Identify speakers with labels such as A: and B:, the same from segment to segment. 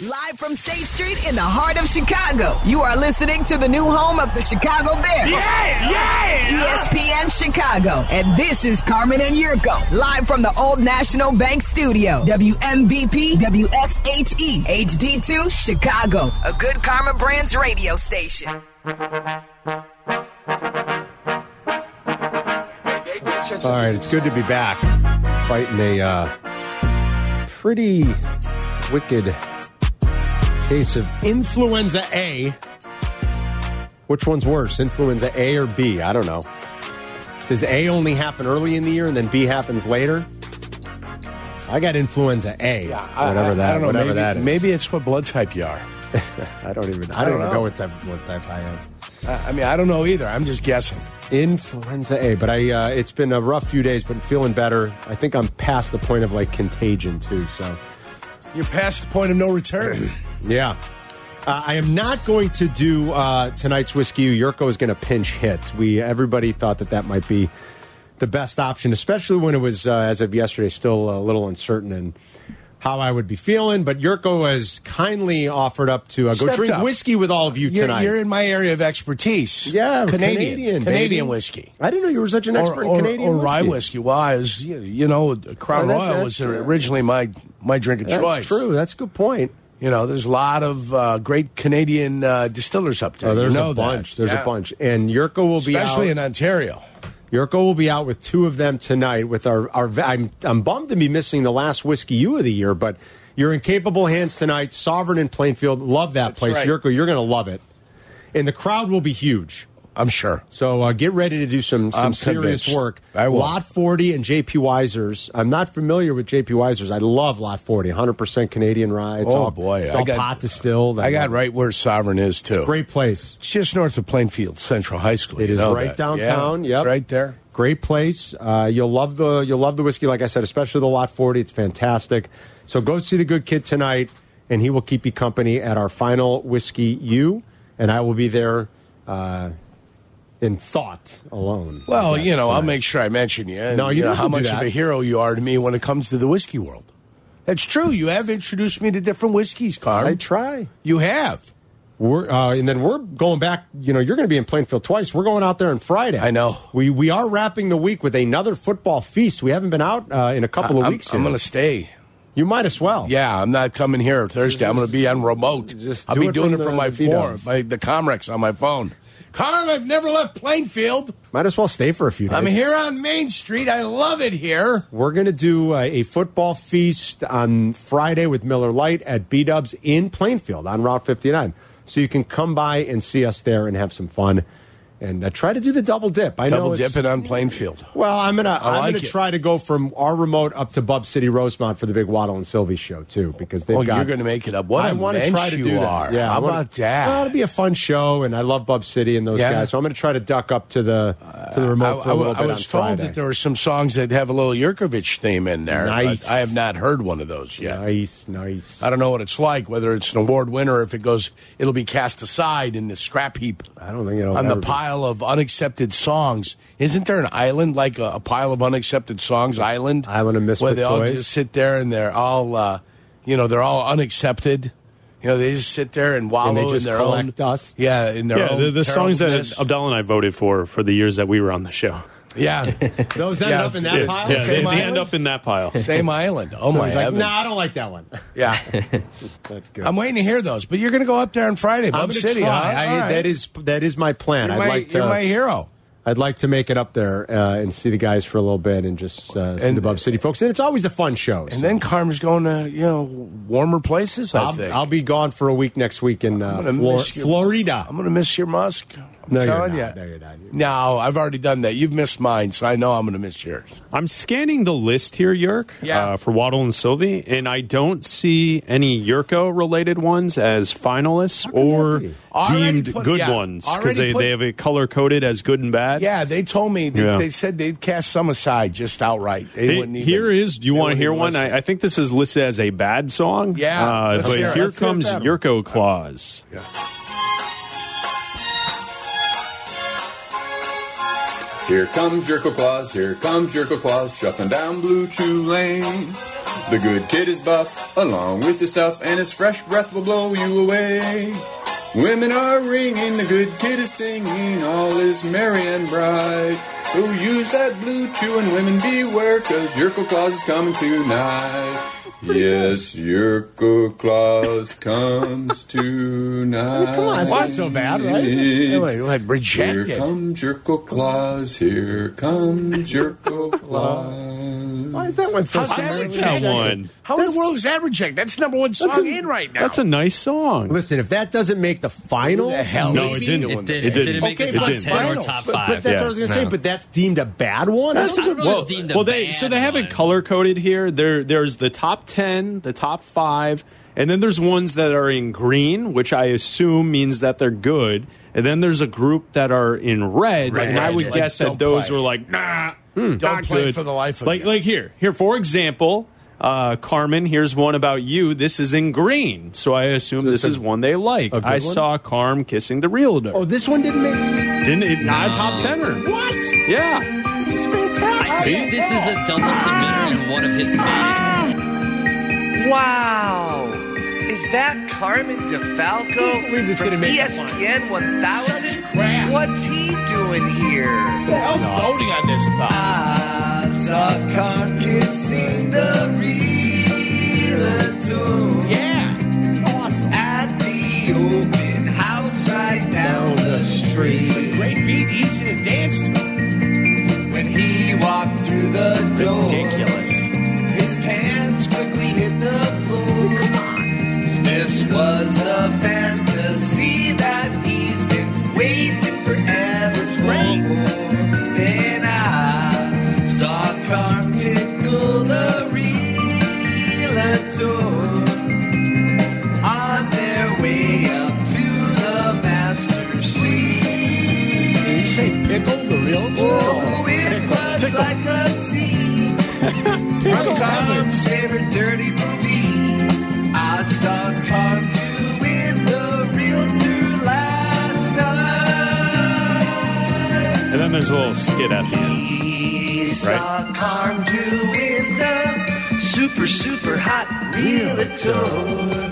A: Live from State Street in the heart of Chicago, you are listening to the new home of the Chicago Bears. E
B: Yeah, yeah.
A: ESPN Chicago. And this is Carmen and Yurko, live from the Old National Bank Studio. WMVP WSHE HD2 Chicago, a good Karma Brands radio station.
C: All right, it's good to be back fighting a uh, pretty wicked case of influenza A. Which one's worse, influenza A or B? I don't know. Does A only happen early in the year and then B happens later? I got influenza A,
D: I-
C: whatever
D: I-
C: that,
D: I don't know,
C: whatever
D: maybe,
C: that is.
D: Maybe it's what blood type you are.
C: I don't even. I don't,
D: don't
C: know
D: know.
C: what type what type I am.
D: I, I mean, I don't know either. I'm just guessing.
C: Influenza A, but I uh, it's been a rough few days, but feeling better. I think I'm past the point of like contagion too. So
D: You're past the point of no return.
C: yeah, uh, I am not going to do uh, tonight's whiskey. Yurko is going to pinch hit. We everybody thought that that might be the best option, especially when it was uh, as of yesterday still a little uncertain and. How I would be feeling, but Yurko has kindly offered up to uh, go
D: Stepped
C: drink
D: up.
C: whiskey with all of you
D: You're,
C: tonight.
D: you're in my area of expertise.
C: yeah, Canadian,
D: Canadian,
C: baby.
D: whiskey.
C: I didn't know you were such an expert
D: Or, or,
C: in Canadian
D: or
C: whiskey.
D: rye whiskey. Well, I was, you- you know, Crown
C: Oh, that's-
D: Royal
C: that's,
D: was
C: uh,
D: originally my my drink of
C: That's
D: choice.
C: true. That's a good point.
D: You know, there's a lot of uh, great Canadian uh, distillers up there.
C: Oh, there's
D: you know
C: a
D: that.
C: bunch. There's
D: Yeah.
C: a bunch, and Yurko will be
D: especially
C: out.
D: in Ontario.
C: Yurko will be out with two of them tonight. With our, our I'm I'm bummed to be missing the last whiskey you of the year, but you're in capable hands tonight. Sovereign in Plainfield, love that place,
D: right.
C: Yurko. You're going to love it, and the crowd will be huge.
D: I'm sure.
C: So uh, get ready to do some some
D: I'm
C: serious
D: convinced.
C: work.
D: I will.
C: Lot 40 and JP Weisers. I'm not familiar with JP Weisers. I love Lot 40, 100% Canadian rye. It's
D: oh
C: all,
D: boy,
C: it's
D: I
C: all
D: got
C: pot distilled.
D: I got right where Sovereign is too.
C: Great place.
D: It's just north of Plainfield Central High School.
C: It
D: you
C: is
D: know
C: right
D: that.
C: downtown.
D: Yeah,
C: yep,
D: it's right there.
C: Great place. Uh, you'll love the you'll love the whiskey. Like I said, especially the lot forty. It's fantastic. So go see the good kid tonight, and he will keep you company at our final whiskey. You and I will be there uh, in thought alone.
D: Well,
C: I guess,
D: you know, I'll
C: tonight.
D: make sure I mention you. And,
C: No, you
D: know
C: don't
D: how
C: do
D: much
C: that.
D: of a hero you are to me when it comes to the whiskey world. That's true. You have introduced me to different whiskeys, Carm.
C: I try.
D: you have.
C: We're, uh, and then we're going back. You know, you're going to be in Plainfield twice. We're going out there on Friday.
D: I know.
C: We we are wrapping the week with another football feast. We haven't been out uh, in a couple of
D: I'm,
C: weeks.
D: I'm
C: here.
D: going to stay.
C: You might as well.
D: Yeah, I'm not coming here Thursday. I'm going to be on remote.
C: just
D: I'll
C: do
D: be
C: it
D: doing
C: from
D: it from
C: the-
D: my
C: the
D: phone,
C: Beatles.
D: my, the Comrex on my phone. Carm, I've never left Plainfield.
C: Might as well stay for a few days.
D: I'm here on Main Street. I love it here.
C: We're going to do uh, a football feast on Friday with Miller Lite at B Dubs in Plainfield on Route 59. So you can come by and see us there and have some fun and uh, try to do the double dip. I know
D: Double
C: it's-
D: dipping on Plainfield.
C: Well, I'm gonna I'm
D: like
C: gonna
D: it.
C: try to go from our remote up to Bub City Rosemont for the big Waddle and Sylvie show too because they've
D: Oh,
C: got.
D: you're going to make it up. What
C: I
D: a
C: want to
D: mensch
C: try to
D: you
C: do
D: are.
C: that. Yeah,
D: How
C: I wanna-
D: about that?
C: Well, it'll be a fun show, and I love Bub City and those
D: Yeah. Uh,
C: guys. So I'm going to try to duck up to the to the remote for a little
D: I
C: bit
D: was
C: on
D: told
C: Friday.
D: that there were some songs that have a little Yurkovich theme in there. but
C: Nice.
D: I have not heard one of those yet.
C: nice, nice.
D: I don't know what it's like, whether it's an award winner, if it goes, it'll be cast aside in the scrap heap.
C: I don't think it'll
D: On
C: ever
D: the
C: be.
D: pile of unaccepted songs. Isn't there an island, like a, a pile of unaccepted songs island?
C: Island of misfit
D: Where they all
C: toys.
D: just sit there and they're all, uh, you know, they're all unaccepted. You know, they just sit there and wallow
C: just
D: in their own.
C: collect dust.
D: Yeah, in their
E: Yeah,
D: own.
E: the, the songs that
D: terribleness.
E: Abdallah and I voted for for the years that we were on the show.
D: Yeah.
C: Those
D: ended Yeah. up in that
E: yeah,
D: pile?
E: yeah,
D: Same
E: they, they
D: island?
E: end up in that pile.
D: Same island. Oh, my heavens.
C: nah, I don't like that one.
D: Yeah.
C: That's good.
D: I'm waiting to hear those, but you're going to go up there on Friday, Bob City. huh? All right.
C: That is that is my plan.
D: You're
C: I'd
D: my,
C: like to.
D: you're my hero.
C: I'd like to make it up there uh, and see the guys for a little bit and just uh, see
D: And-
C: the Bob City folks. And it's always a fun show. so
D: And then Carm's going to you know warmer places. I
C: I'll,
D: think
C: I'll be gone for a week next week in uh,
D: I'm gonna
C: Flor-
D: miss you.
C: Florida.
D: I'm going to miss your musk. I'm
C: No, you're
D: telling
C: not.
D: you.
C: No, you're not. You're-
D: No, I've already done that. You've missed mine, so I know I'm going to miss yours.
E: I'm scanning the list here, Yerk,
D: Yeah.
E: uh, for Waddle and Sylvie, and I don't see any Yurko related ones as finalists
C: that
E: or
C: be?
D: Already
E: deemed
D: put-
E: good
D: yeah,
E: ones because
D: already
E: they,
D: put-
E: they have it color coded as good and bad.
D: Yeah, they told me. They,
E: Yeah.
D: they said they'd cast some aside just outright. They
E: Hey,
D: wouldn't even,
E: here is. Do you
D: they
E: want to
D: wouldn't
E: hear
D: even
E: one?
D: listen.
E: I, I think this is listed as a bad song.
D: Yeah,
E: uh,
D: let's
E: but
D: hear
E: here,
D: it. Let's hear
E: comes
D: that one.
E: Yurko Claus.
F: Here comes Jerko Claus, here comes Jerko Claus, shuffling down Blue Chew Lane. The good kid is buff, along with the stuff, and his fresh breath will blow you away. Women are ringing, the good kid is singing, all is merry and bright. So use that blue chew and women beware, cause Yurko Claus is coming tonight. Yes, Yurko Claus comes tonight.
C: Come on, it's not so bad, right?
D: Anyway, go ahead,
F: Here
D: reject it.
F: comes Jerko Claus, here comes Jerko Claus.
C: Why is that one so
D: How's that
C: similar?
D: rejected?
E: one.
D: How in the world is that rejected? That's number one song in right now.
E: That's a nice song.
C: Listen, if that doesn't make the finals,
D: Who the hell
E: No,
D: is
E: it
D: he
E: didn't.
D: doing
G: It
D: that?
G: didn't. It didn't make
E: okay,
G: the top
E: but-
G: 10 or
C: finals,
G: top
C: but,
G: 5.
C: but that's what I was going to
G: Yeah.
C: say. But that's deemed a bad one.
G: That's a good
E: Well,
G: was deemed a
E: well, they
G: bad
E: so they haven't
G: one.
E: color coded here. There, there's the top ten, the top five, and then there's ones that are in green, which I assume means that they're good. And then there's a group that are in red,
D: Red.
E: and I would
D: Like,
E: guess that
D: don't
E: those
D: play. Hmm.
E: were like nah,
D: Don't
E: not
D: play
E: good.
D: for the life of
E: like
D: you.
E: like here here for example. Uh, Carmen, here's one about you. This is in green, so I assume this is one they like.
C: a good
E: I
C: one?
E: saw Carm kissing the realtor.
C: Oh, this one didn't make.
E: Didn't it? Not a top tenner.
C: What?
E: Yeah.
C: This is fantastic.
G: See, this is a double submitter and one of his main.
H: Wow. Is that Carmen DeFalco
C: believe this
H: from E
C: didn't make the
H: ESPN 1000?
D: Such crap.
H: What's he doing here?
D: Who the hell's Oh, voting on this stuff?
H: I saw Carmen kissing the realtor
D: yeah.
H: at the open house right down the street.
D: Great beat, easy to dance to.
H: When he walked through the door,
D: Ridiculous.
H: his pants quickly hit the floor. Come on. This was a fantasy that he's been waiting forever for. Then I saw Carm tickle the realtor on their way up to the master suite.
D: Did he say pickle the real?
H: Oh, it was like a scene from Carm's favorite dirty movie. I saw Carm doing the realtor last night.
E: And then there's a little skit at the end.
H: He saw Carm doing the super, super hot realtor.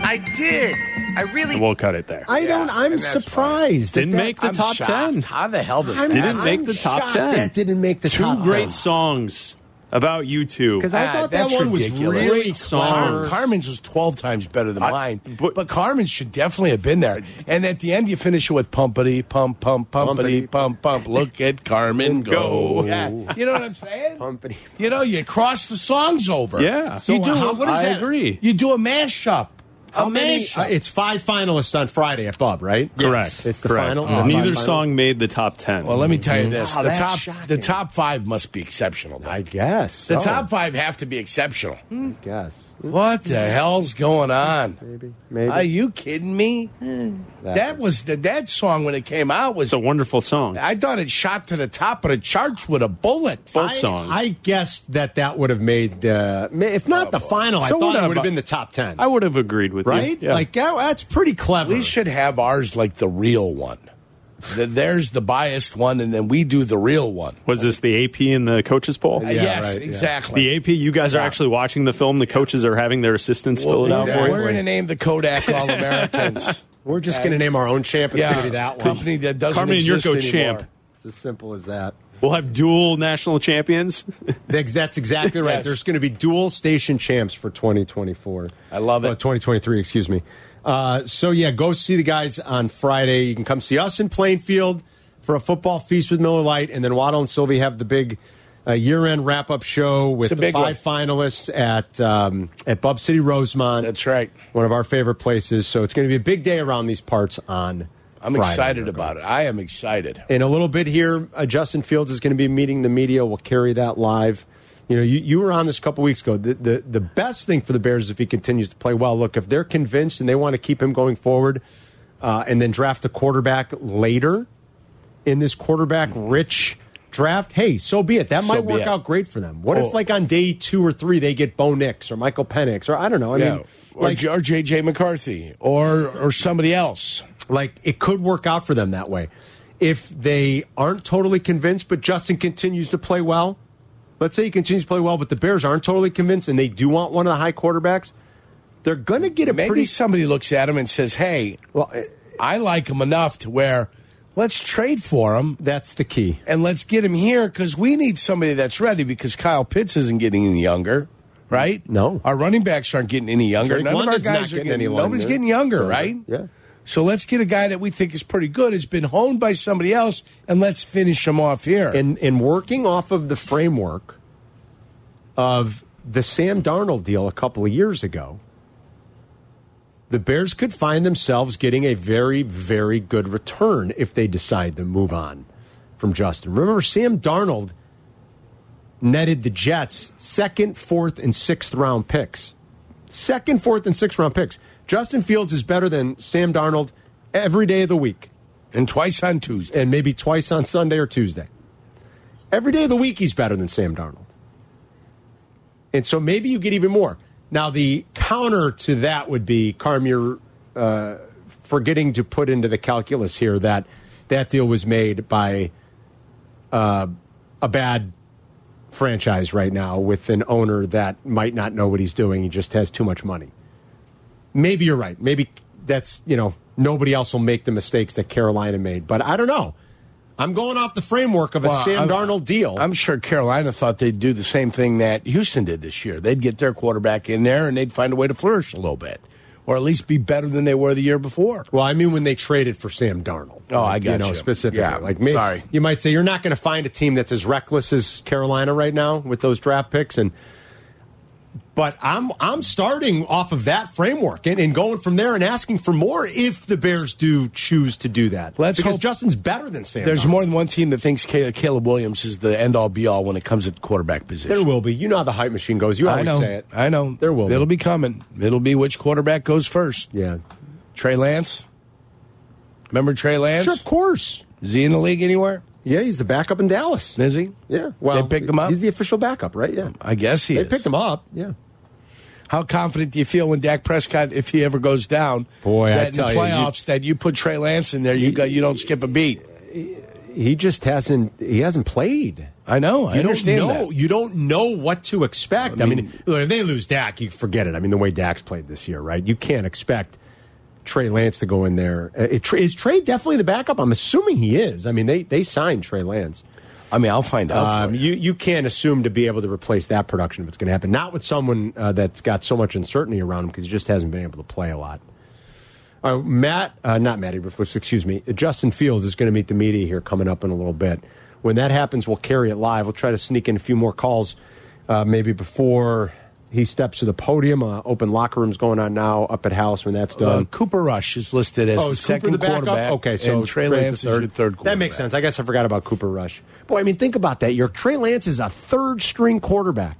H: I did. I really
E: We'll cut it there.
C: I don't. I'm
D: and that's fine.
C: surprised. that
E: Didn't
C: that-
E: make the
C: I'm
E: top
C: shocked.
E: ten.
D: How the hell does
C: I'm-
D: that
E: Didn't make
C: I'm
E: the top
C: shocked
E: 10.
C: That didn't make the
E: Two
C: top
E: great
C: 10.
E: songs about you two.
C: Because I
D: Ah,
C: thought that
D: that's
C: one
D: ridiculous.
C: was really
E: Great
C: clever.
E: songs.
D: Carmen's was 12 times better than
E: I-
D: mine. But,
E: but-
D: Carmen's should definitely have been there. And at the end, you finish it with pumpity, pump, pump, pumpity,
C: Pumpity.
D: pump, pump. Look at Carmen go.
E: Go.
D: Yeah. You know what I'm saying?
C: Pumpity.
D: You know, you cross the songs over.
E: Yeah.
D: So you do,
E: How-
D: what is
E: I
D: that?
E: agree.
D: You do a mashup.
C: How
D: a
C: many?
D: mashup.
C: uh, it's five finalists on Friday at Bob, right?
E: Correct.
C: It's the
E: Correct.
C: final. Oh,
E: Neither
C: the final.
E: song made the top ten.
D: well, let me tell you
E: Mm-hmm.
D: this.
E: Oh,
C: Wow,
D: the
C: that's
D: top the
C: shocking.
D: top five must be exceptional. though.
C: I guess. Oh.
D: The
C: so.
D: top five have to be exceptional.
C: I guess.
D: What the hell's going on?
C: Maybe. Maybe.
D: Are you kidding me? That was the that song when it came out was
E: it's a wonderful song.
D: I thought it shot to the top of the charts with a bullet.
E: Both
C: I-
E: songs.
C: I guessed that that would have made, uh, ma- if not the final,
E: So
C: I thought
E: would I,
C: it would have
E: but-
C: been the top 10.
E: I would have agreed with you.
C: right?
E: Yeah.
C: Like, that, that's pretty clever.
D: We should have ours like the real one. The- There's the biased one, and then we do the real one.
E: was this the AP in the coaches poll?
C: Yeah,
D: yes,
C: right, yeah.
D: exactly.
E: The AP, you guys are
D: Yeah.
E: actually watching the film. The coaches are having their assistants
D: Well,
E: fill it out
C: exactly.
E: for
D: We're
E: you.
D: going to name the Kodak All Americans.
C: We're just going to name our own champ. It's
D: yeah,
C: going to be that one.
D: company that doesn't
E: Carmen and
D: exist
E: Yurko
D: anymore.
E: champ.
C: It's as simple as that.
E: We'll have dual national champions.
C: That's that's exactly right.
D: Yes.
C: There's going to be dual station champs for 2024.
D: I love it.
C: Uh, 2023, excuse me. Uh, so yeah, go see the guys on Friday. You can come see us in Plainfield for a football feast with Miller Lite, and then Waddle and Sylvie have the big uh, year-end wrap-up show with
D: It's
C: the
D: a big
C: five finalists at um, at Bub City Rosemont.
D: That's right.
C: one of our favorite places. So it's going to be a big day around these parts on.
D: I'm
C: Friday.
D: excited about it. I am excited.
C: In a little bit here, uh, Justin Fields is going to be meeting the media. We'll carry that live. You know, you, you were on this a couple weeks ago. The, the the best thing for the Bears is if he continues to play well. Look, if they're convinced and they want to keep him going forward, uh, and then draft a quarterback later in this quarterback rich draft, hey, so be it. That might
D: So be
C: work
D: it.
C: out great for them. What
D: Oh.
C: if like on day two or three they get Bo Nix or Michael Penix or I don't know. I
D: yeah.
C: mean,
D: or,
C: like,
D: J- or JJ McCarthy or or somebody else.
C: Like it could work out for them that way. If they aren't totally convinced, but Justin continues to play well, let's say he continues to play well, but the Bears aren't totally convinced and they do want one of the high quarterbacks, they're going to get a
D: Maybe
C: pretty.
D: somebody looks at him and says, "Hey,
C: Well, eh,
D: I like him enough to where let's trade for him
C: that's the key.
D: and let's get him here because we need somebody that's ready because Kyle Pitts isn't getting any younger, right?
C: No.
D: our running backs aren't getting any younger.
C: Drake
D: None
C: London's
D: of our
C: not
D: guys are
C: getting
D: getting.
C: any
D: nobody's
C: younger.
D: getting younger,
C: So,
D: right?
C: yeah.
D: So let's get a guy that we think is pretty good, has been honed by somebody else, and let's finish him off here.
C: and and working off of the framework of the Sam Darnold deal a couple of years ago, the Bears could find themselves getting a very very good return if they decide to move on from Justin. Remember, Sam Darnold netted the Jets second, fourth, and sixth round picks. Second, fourth, and sixth round picks. Justin Fields is better than Sam Darnold every day of the week
D: and twice on Tuesday.
C: and maybe twice on Sunday or Tuesday. Every day of the week, he's better than Sam Darnold. And so maybe you get even more. Now, the counter to that would be, Carm, you're uh, forgetting to put into the calculus here that that deal was made by uh, a bad franchise right now with an owner that might not know what he's doing. He just has too much money. Maybe you're right. Maybe that's, you know, nobody else will make the mistakes that Carolina made. But I don't know. I'm going off the framework of a
D: Well,
C: Sam
D: I'm-
C: Darnold deal.
D: I'm sure Carolina thought they'd do the same thing that Houston did this year. They'd get their quarterback in there and they'd find a way to flourish a little bit, or at least be better than they were the year before.
C: Well, I mean when they traded for Sam Darnold.
D: Oh, I
C: Like,
D: got
C: know
D: you.
C: specifically.
D: Yeah,
C: like may-
D: sorry.
C: you might say you're not going to find a team that's as reckless as Carolina right now with those draft picks, and but I'm I'm starting off of that framework and, and going from there and asking for more if the Bears do choose to do that.
D: Let's
C: because
D: hope-
C: Justin's better than Sam.
D: There's
C: Darnold.
D: more than one team that thinks Caleb Caleb Williams is the end all be all when it comes to the quarterback position.
C: There will be. You know how the hype machine goes. You
D: I
C: always
D: know.
C: say it.
D: I know.
C: There will.
D: It'll
C: be.
D: be coming. It'll be which quarterback goes first.
C: Yeah.
D: Trey Lance. Remember Trey Lance?
C: Sure, of course.
D: Is he in the league anywhere?
C: Yeah, he's the backup in Dallas.
D: Is he?
C: Yeah. Well,
D: they picked him up.
C: He's the official backup, right? Yeah.
D: I guess he
C: They
D: is.
C: picked him up. Yeah.
D: How confident do you feel when Dak Prescott, if he ever goes down,
C: Boy, I
D: that in the
C: tell you, you-
D: playoffs that you put Trey Lance in there, you got you don't skip a beat.
C: he just hasn't he hasn't played.
D: I know. I
C: you
D: understand
C: don't know.
D: that.
C: You don't know what to expect. I mean, look, if they lose Dak, you forget it. I mean, the way Dak's played this year, right? You can't expect Trey Lance to go in there. Uh, it- Trey- Is Trey definitely the backup? I'm assuming he is. I mean, they they signed Trey Lance.
D: I mean, I'll find out.
C: Um,
D: for you.
C: you you can't assume to be able to replace that production if it's going to happen. Not with someone uh, that's got so much uncertainty around him because he just hasn't been able to play a lot. Uh, Matt, uh, not Matt Eberflus, excuse me. uh, Justin Fields is going to meet the media here coming up in a little bit. When that happens, we'll carry it live. We'll try to sneak in a few more calls, uh, maybe before he steps to the podium. Uh, open locker rooms going on now up at house when that's
D: Uh,
C: done.
D: Cooper Rush is listed as
C: Oh,
D: the
C: is Cooper
D: second
C: the backup?
D: quarterback.
C: Okay, so
D: and Trey
C: Trey's the
D: Lance is your third quarterback.
C: That makes sense. I guess I forgot about Cooper Rush. Boy, I mean, think about that. Your Trey Lance is a third string quarterback.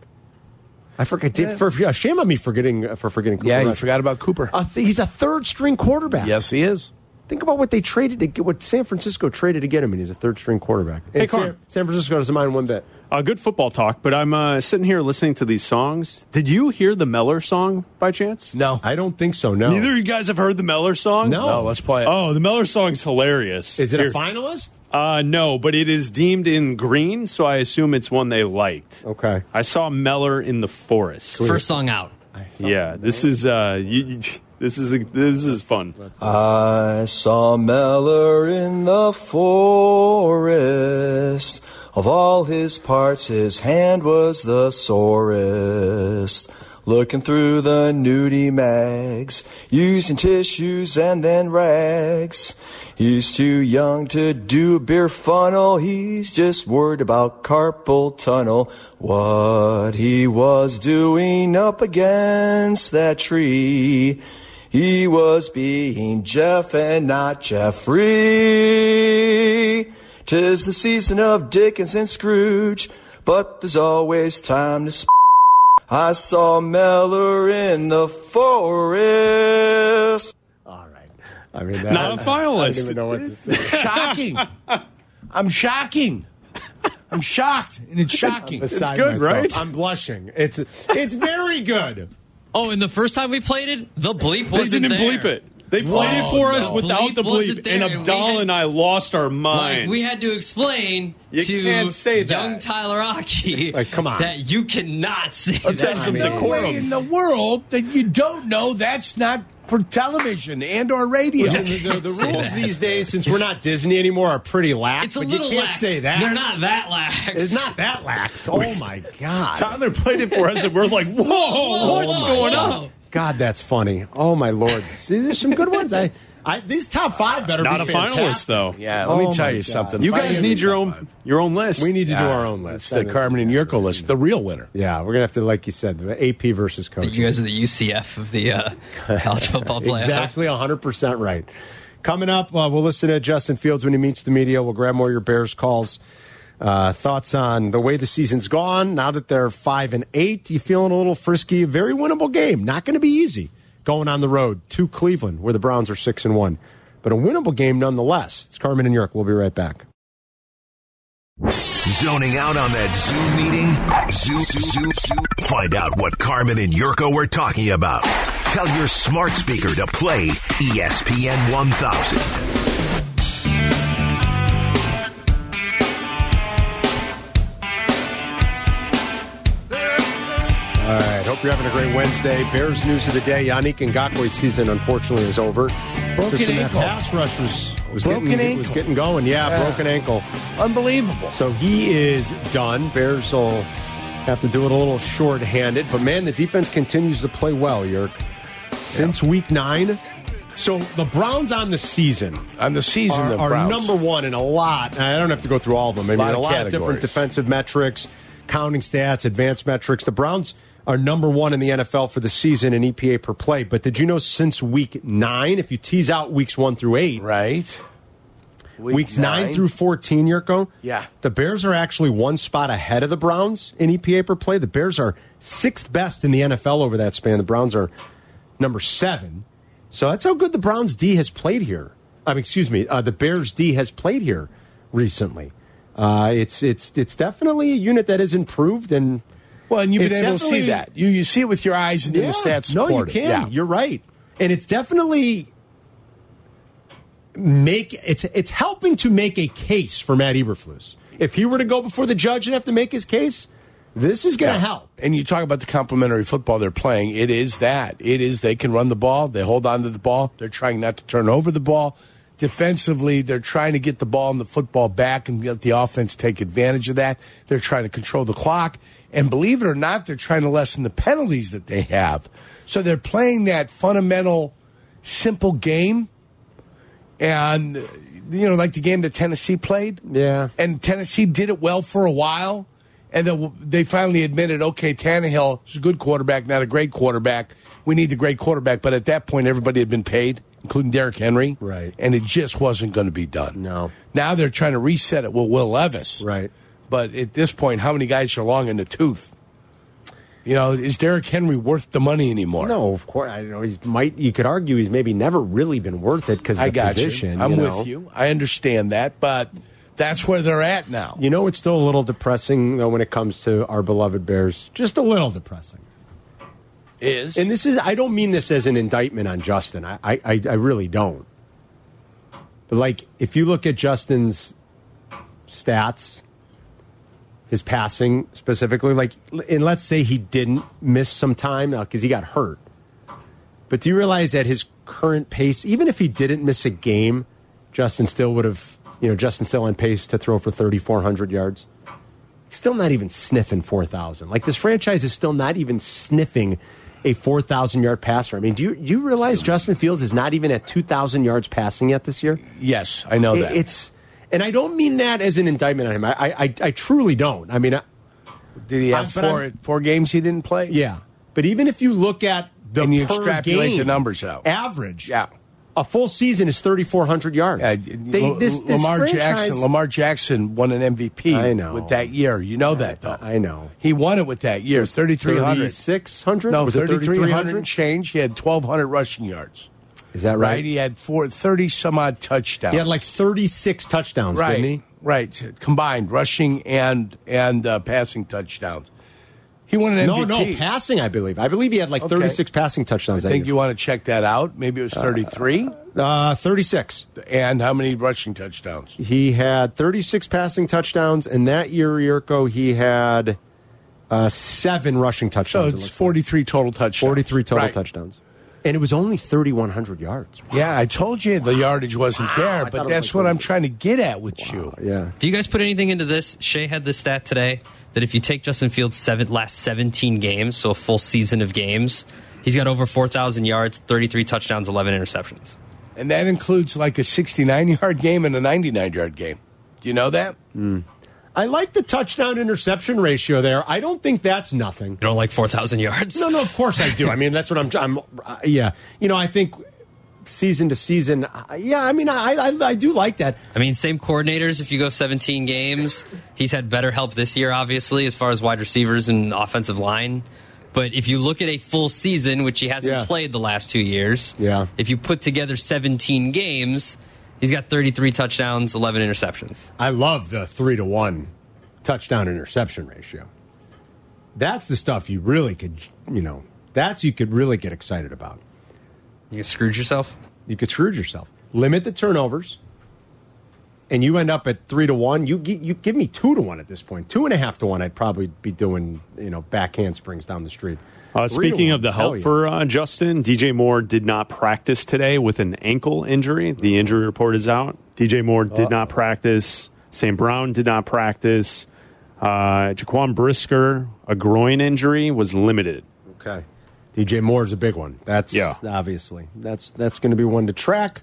C: I forget. Did, for, yeah, shame on me for forgetting for forgetting. Cooper
D: Yeah, you
C: Rush. Uh,
D: forgot about Cooper.
C: A th- he's a third string quarterback.
D: yes, he is.
C: Think about what they traded to get. What San Francisco traded to get him, and he's a third string quarterback. And
E: Carm.
C: San, San Francisco doesn't mind one bit.
E: Uh, good football talk, but I'm uh, sitting here listening to these songs. Did you hear the Meller song by chance?
D: No,
C: I don't think so. No.
E: Neither of you guys have heard the Meller song?
C: No.
D: no. Let's play it.
E: Oh, the Meller song's hilarious.
C: Is it
E: Here.
C: a finalist?
E: Uh, no, but it is deemed in green, so I assume it's one they liked.
C: Okay.
E: I saw Meller in the forest.
G: First song out.
E: yeah, this is uh, you, you- this is a, this is fun.
I: I saw Mellor in the forest. Of all his parts, his hand was the sorest. Looking through the nudie mags, using tissues and then rags. He's too young to do a beer funnel. He's just worried about carpal tunnel. What he was doing up against that tree. He was being Jeff and not Jeffrey. Tis the season of Dickens and Scrooge, but there's always time to sp- I saw Mellor in the forest.
C: All right. I mean, that,
E: Not a finalist.
C: I don't even know what to say.
D: shocking! I'm shocking. I'm shocked, and it's shocking.
C: Beside
E: good, right?
C: I'm blushing. It's it's very good.
G: Oh, and the first time we played it, the bleep
E: They
G: wasn't
E: didn't
G: there.
E: bleep it. They played it for
G: Oh,
E: us
G: no.
E: without the
G: Bleep wasn't
E: bleep, and
G: there.
E: Abdal
G: We had-
E: and I lost our
G: Like,
E: mind.
G: we had to explain
E: You
G: to
E: can't say that.
G: young Tyler Aki
C: Like, come on.
G: that you cannot say
E: Let's
G: that.
E: have some
G: I mean,
D: No way in the world that you don't know that's not for television and or radio.
C: Listen, the, the- the rules these days, since we're not Disney anymore, are pretty lax.
G: It's a
C: but
G: little
C: you can't
G: lax.
C: say that.
G: They're not that lax.
C: It's not that lax. Oh my god.
E: Tyler played it for us, and we're like, "Whoa, what's
G: whoa,
E: going
G: whoa.
E: on?"
C: God, that's funny. Oh my lord. See, there's some good ones. I, I these top five better
E: Not
C: be
E: a
C: fantastic.
E: finalist though.
D: Yeah, let me
C: Oh,
D: tell
C: my
D: you
C: God.
D: something.
E: You
D: If I
E: guys
D: had
E: need your
D: any-
E: own your own list.
C: We need to do
D: Yeah,
C: our own list.
D: It's the Carmen and Yurko list, the real winner.
C: Yeah, we're gonna have to, like you said, the AP versus coach.
G: You guys are the UCF of the uh, college football playoff.
C: Exactly, 100% right. Coming up, uh, we'll listen to Justin Fields when he meets the media. We'll grab more of your Bears calls. Uh, thoughts on the way the season's gone now that they're five and eight? You feeling a little frisky? Very winnable game. Not going to be easy going on the road to Cleveland, where the Browns are six and one, but a winnable game nonetheless. It's Carmen and York. We'll be right back.
J: Zoning out on that Zoom meeting? Zoom, Zoom, Zoom. Find out what Carmen and Yurko were talking about. Tell your smart speaker to play ESPN 1000.
C: All right. Hope you're having a great Wednesday. Bears news of the day: Yannick Ngakwe's season unfortunately is over.
D: Broken
C: Just when that
D: ankle.
C: Pass rush was, was
D: Broken
C: getting,
D: ankle.
C: was getting going. Yeah,
D: Yeah.
C: broken ankle.
D: Unbelievable.
C: So he is done. Bears will have to do it a little shorthanded. But man, the defense continues to play well, Yerk. Since week nine. So the Browns on the season
D: On the season,
C: are,
D: the
C: are
D: Browns.
C: number one in a lot. and I don't have to go through all of them. I mean,
D: Lot
C: a
D: of
C: lot of different
D: categories.
C: defensive metrics, counting stats, advanced metrics. The Browns are number one in the NFL for the season in EPA per play. But did you know since week nine, if you tease out weeks one through eight,
D: right? Week
C: weeks nine, through 14, Yurko.
D: Yeah.
C: The Bears are actually one spot ahead of the Browns in EPA per play. The Bears are sixth best in the NFL over that span. The Browns are number seven. So that's how good the Browns D has played here. I mean, excuse me, uh, the Bears D has played here recently. Uh, it's it's it's definitely a unit that has improved and
D: Well, and you've been
C: It's
D: able to see
C: definitely-
D: that. You you see it with your eyes and then the stats.
C: No, you
D: support it.
C: can.
D: Yeah.
C: You're right, and it's definitely make it's it's helping to make a case for Matt Eberflus. If he were to go before the judge and have to make his case, this is going to
D: Yeah.
C: help.
D: And you talk about the complementary football they're playing. It is that. It is they can run the ball, they hold on to the ball, they're trying not to turn over the ball. Defensively, they're trying to get the ball and the football back and let the offense take advantage of that. They're trying to control the clock. And believe it or not, they're trying to lessen the penalties that they have. So they're playing that fundamental, simple game. And, you know, like the game that Tennessee played.
C: Yeah.
D: And Tennessee did it well for a while. And then they finally admitted, okay, Tannehill is a good quarterback, not a great quarterback. We need the great quarterback. But at that point, everybody had been paid, including Derrick Henry.
C: Right.
D: And it just wasn't going to be done.
C: No.
D: Now they're trying to reset it with Will Levis.
C: Right.
D: But at this point, how many guys are long in the tooth? You know, is Derrick Henry worth the money anymore?
C: No, of course. I don't know. He's might. You could argue he's maybe never really been worth it because
D: I
C: the
D: got
C: position.
D: you. I'm
C: know.
D: with you. I understand that, but that's where they're at now.
C: You know, it's still a little depressing though when it comes to our beloved Bears. Just a little depressing.
D: Is
C: And this is, I don't mean this as an indictment on Justin. I, I, I I really don't. But like, if you look at Justin's stats, his passing specifically, like, and let's say he didn't miss some time now because he got hurt. But do you realize at his current pace, even if he didn't miss a game, Justin still would have, you know, Justin still on pace to throw for 3,400 yards? still not even sniffing 4,000. Like this franchise is still not even sniffing a 4,000 yard passer. I mean, do you, do you realize Justin Fields is not even at 2,000 yards passing yet this year?
D: yes, I know
C: It-
D: that.
C: It's, and I don't mean that as an indictment on him. I, I, I- I truly don't. I mean, I,
D: Did he
C: I'm-
D: have
C: but
D: four
C: I'm-
D: four games he didn't play?
C: yeah. But even if you look at the
D: And you
C: per
D: extrapolate
C: game
D: the numbers out.
C: average,
D: Yeah.
C: a full season is 3,400 yards.
D: Yeah,
C: They-
D: Uh, L-
C: this-
D: L-
C: this
D: Lamar
C: franchise-
D: Jackson. Lamar Jackson won an MVP.
C: I know.
D: with that year. You know that though.
C: I know.
D: He won it with that year. Thirty three hundred.
C: 3,600?
D: No,
C: Was it
D: thirty three hundred
C: 3,300?
D: and change. He had twelve hundred rushing yards.
C: Is that
D: Right.
C: right?
D: He had four thirty some odd touchdowns.
C: He had like 36 touchdowns,
D: right,
C: didn't he?
D: right combined rushing and and uh, passing touchdowns. He won an
C: No,
D: MVP.
C: no, passing, I believe. I believe he had like 36 passing touchdowns.
D: I
C: that
D: think
C: year.
D: you want to check that out. Maybe it was 33.
C: Uh, 36.
D: And how many rushing touchdowns?
C: He had 36 passing touchdowns, and that year, Yurko, he had uh, seven rushing touchdowns.
D: So
C: it
D: Oh, it's
C: looks
D: 43 total touchdowns.
C: 43 total
D: Right.
C: touchdowns. And it was only 3,100 yards.
D: Yeah, I told you the yardage wasn't there,
C: thought it
D: but
C: was
D: that's
C: like
D: what I'm trying to get at with you.
C: Yeah.
G: Do you guys put anything into this? Shea had the stat today that if you take Justin Fields' seven, last 17 games, so a full season of games, he's got over 4,000 yards, 33 touchdowns, 11 interceptions.
D: And that includes like a 69 yard game and a 99 yard game. Do you know that?
C: I like the touchdown interception ratio there. I don't think that's nothing.
G: You don't like 4,000 yards?
C: No, no, of course I do. I mean, that's what I'm. I'm uh, yeah. You know, I think season to season, uh, yeah, I mean, I, I, I do like that.
G: I mean, same coordinators if you go 17 games. He's had better help this year, obviously, as far as wide receivers and offensive line. But if you look at a full season, which he hasn't
C: Yeah.
G: played the last two years,
C: Yeah.
G: if you put together 17 games, he's got 33 touchdowns, 11 interceptions.
C: I love the three to one touchdown interception ratio. That's the stuff you really could, you know, that's you could really get excited about.
G: You screwed yourself?
C: You could scrooge yourself. Limit the turnovers, and you end up at three to one. You gi- you give me two to one at this point, two and a half to one. I'd probably be doing you know backhand springs down the street.
E: Uh,
C: Three to
E: speaking
C: one,
E: of the
C: hell
E: help
C: yeah.
E: for uh, Justin, DJ Moore did not practice today with an ankle injury. The injury report is out. DJ Moore
C: Uh.
E: did not practice. Sam Brown did not practice. Uh, Jaquan Brisker, a groin injury, was limited.
C: Okay. DJ Moore's a big one. That's
E: Yeah.
C: obviously. That's that's going to be one to track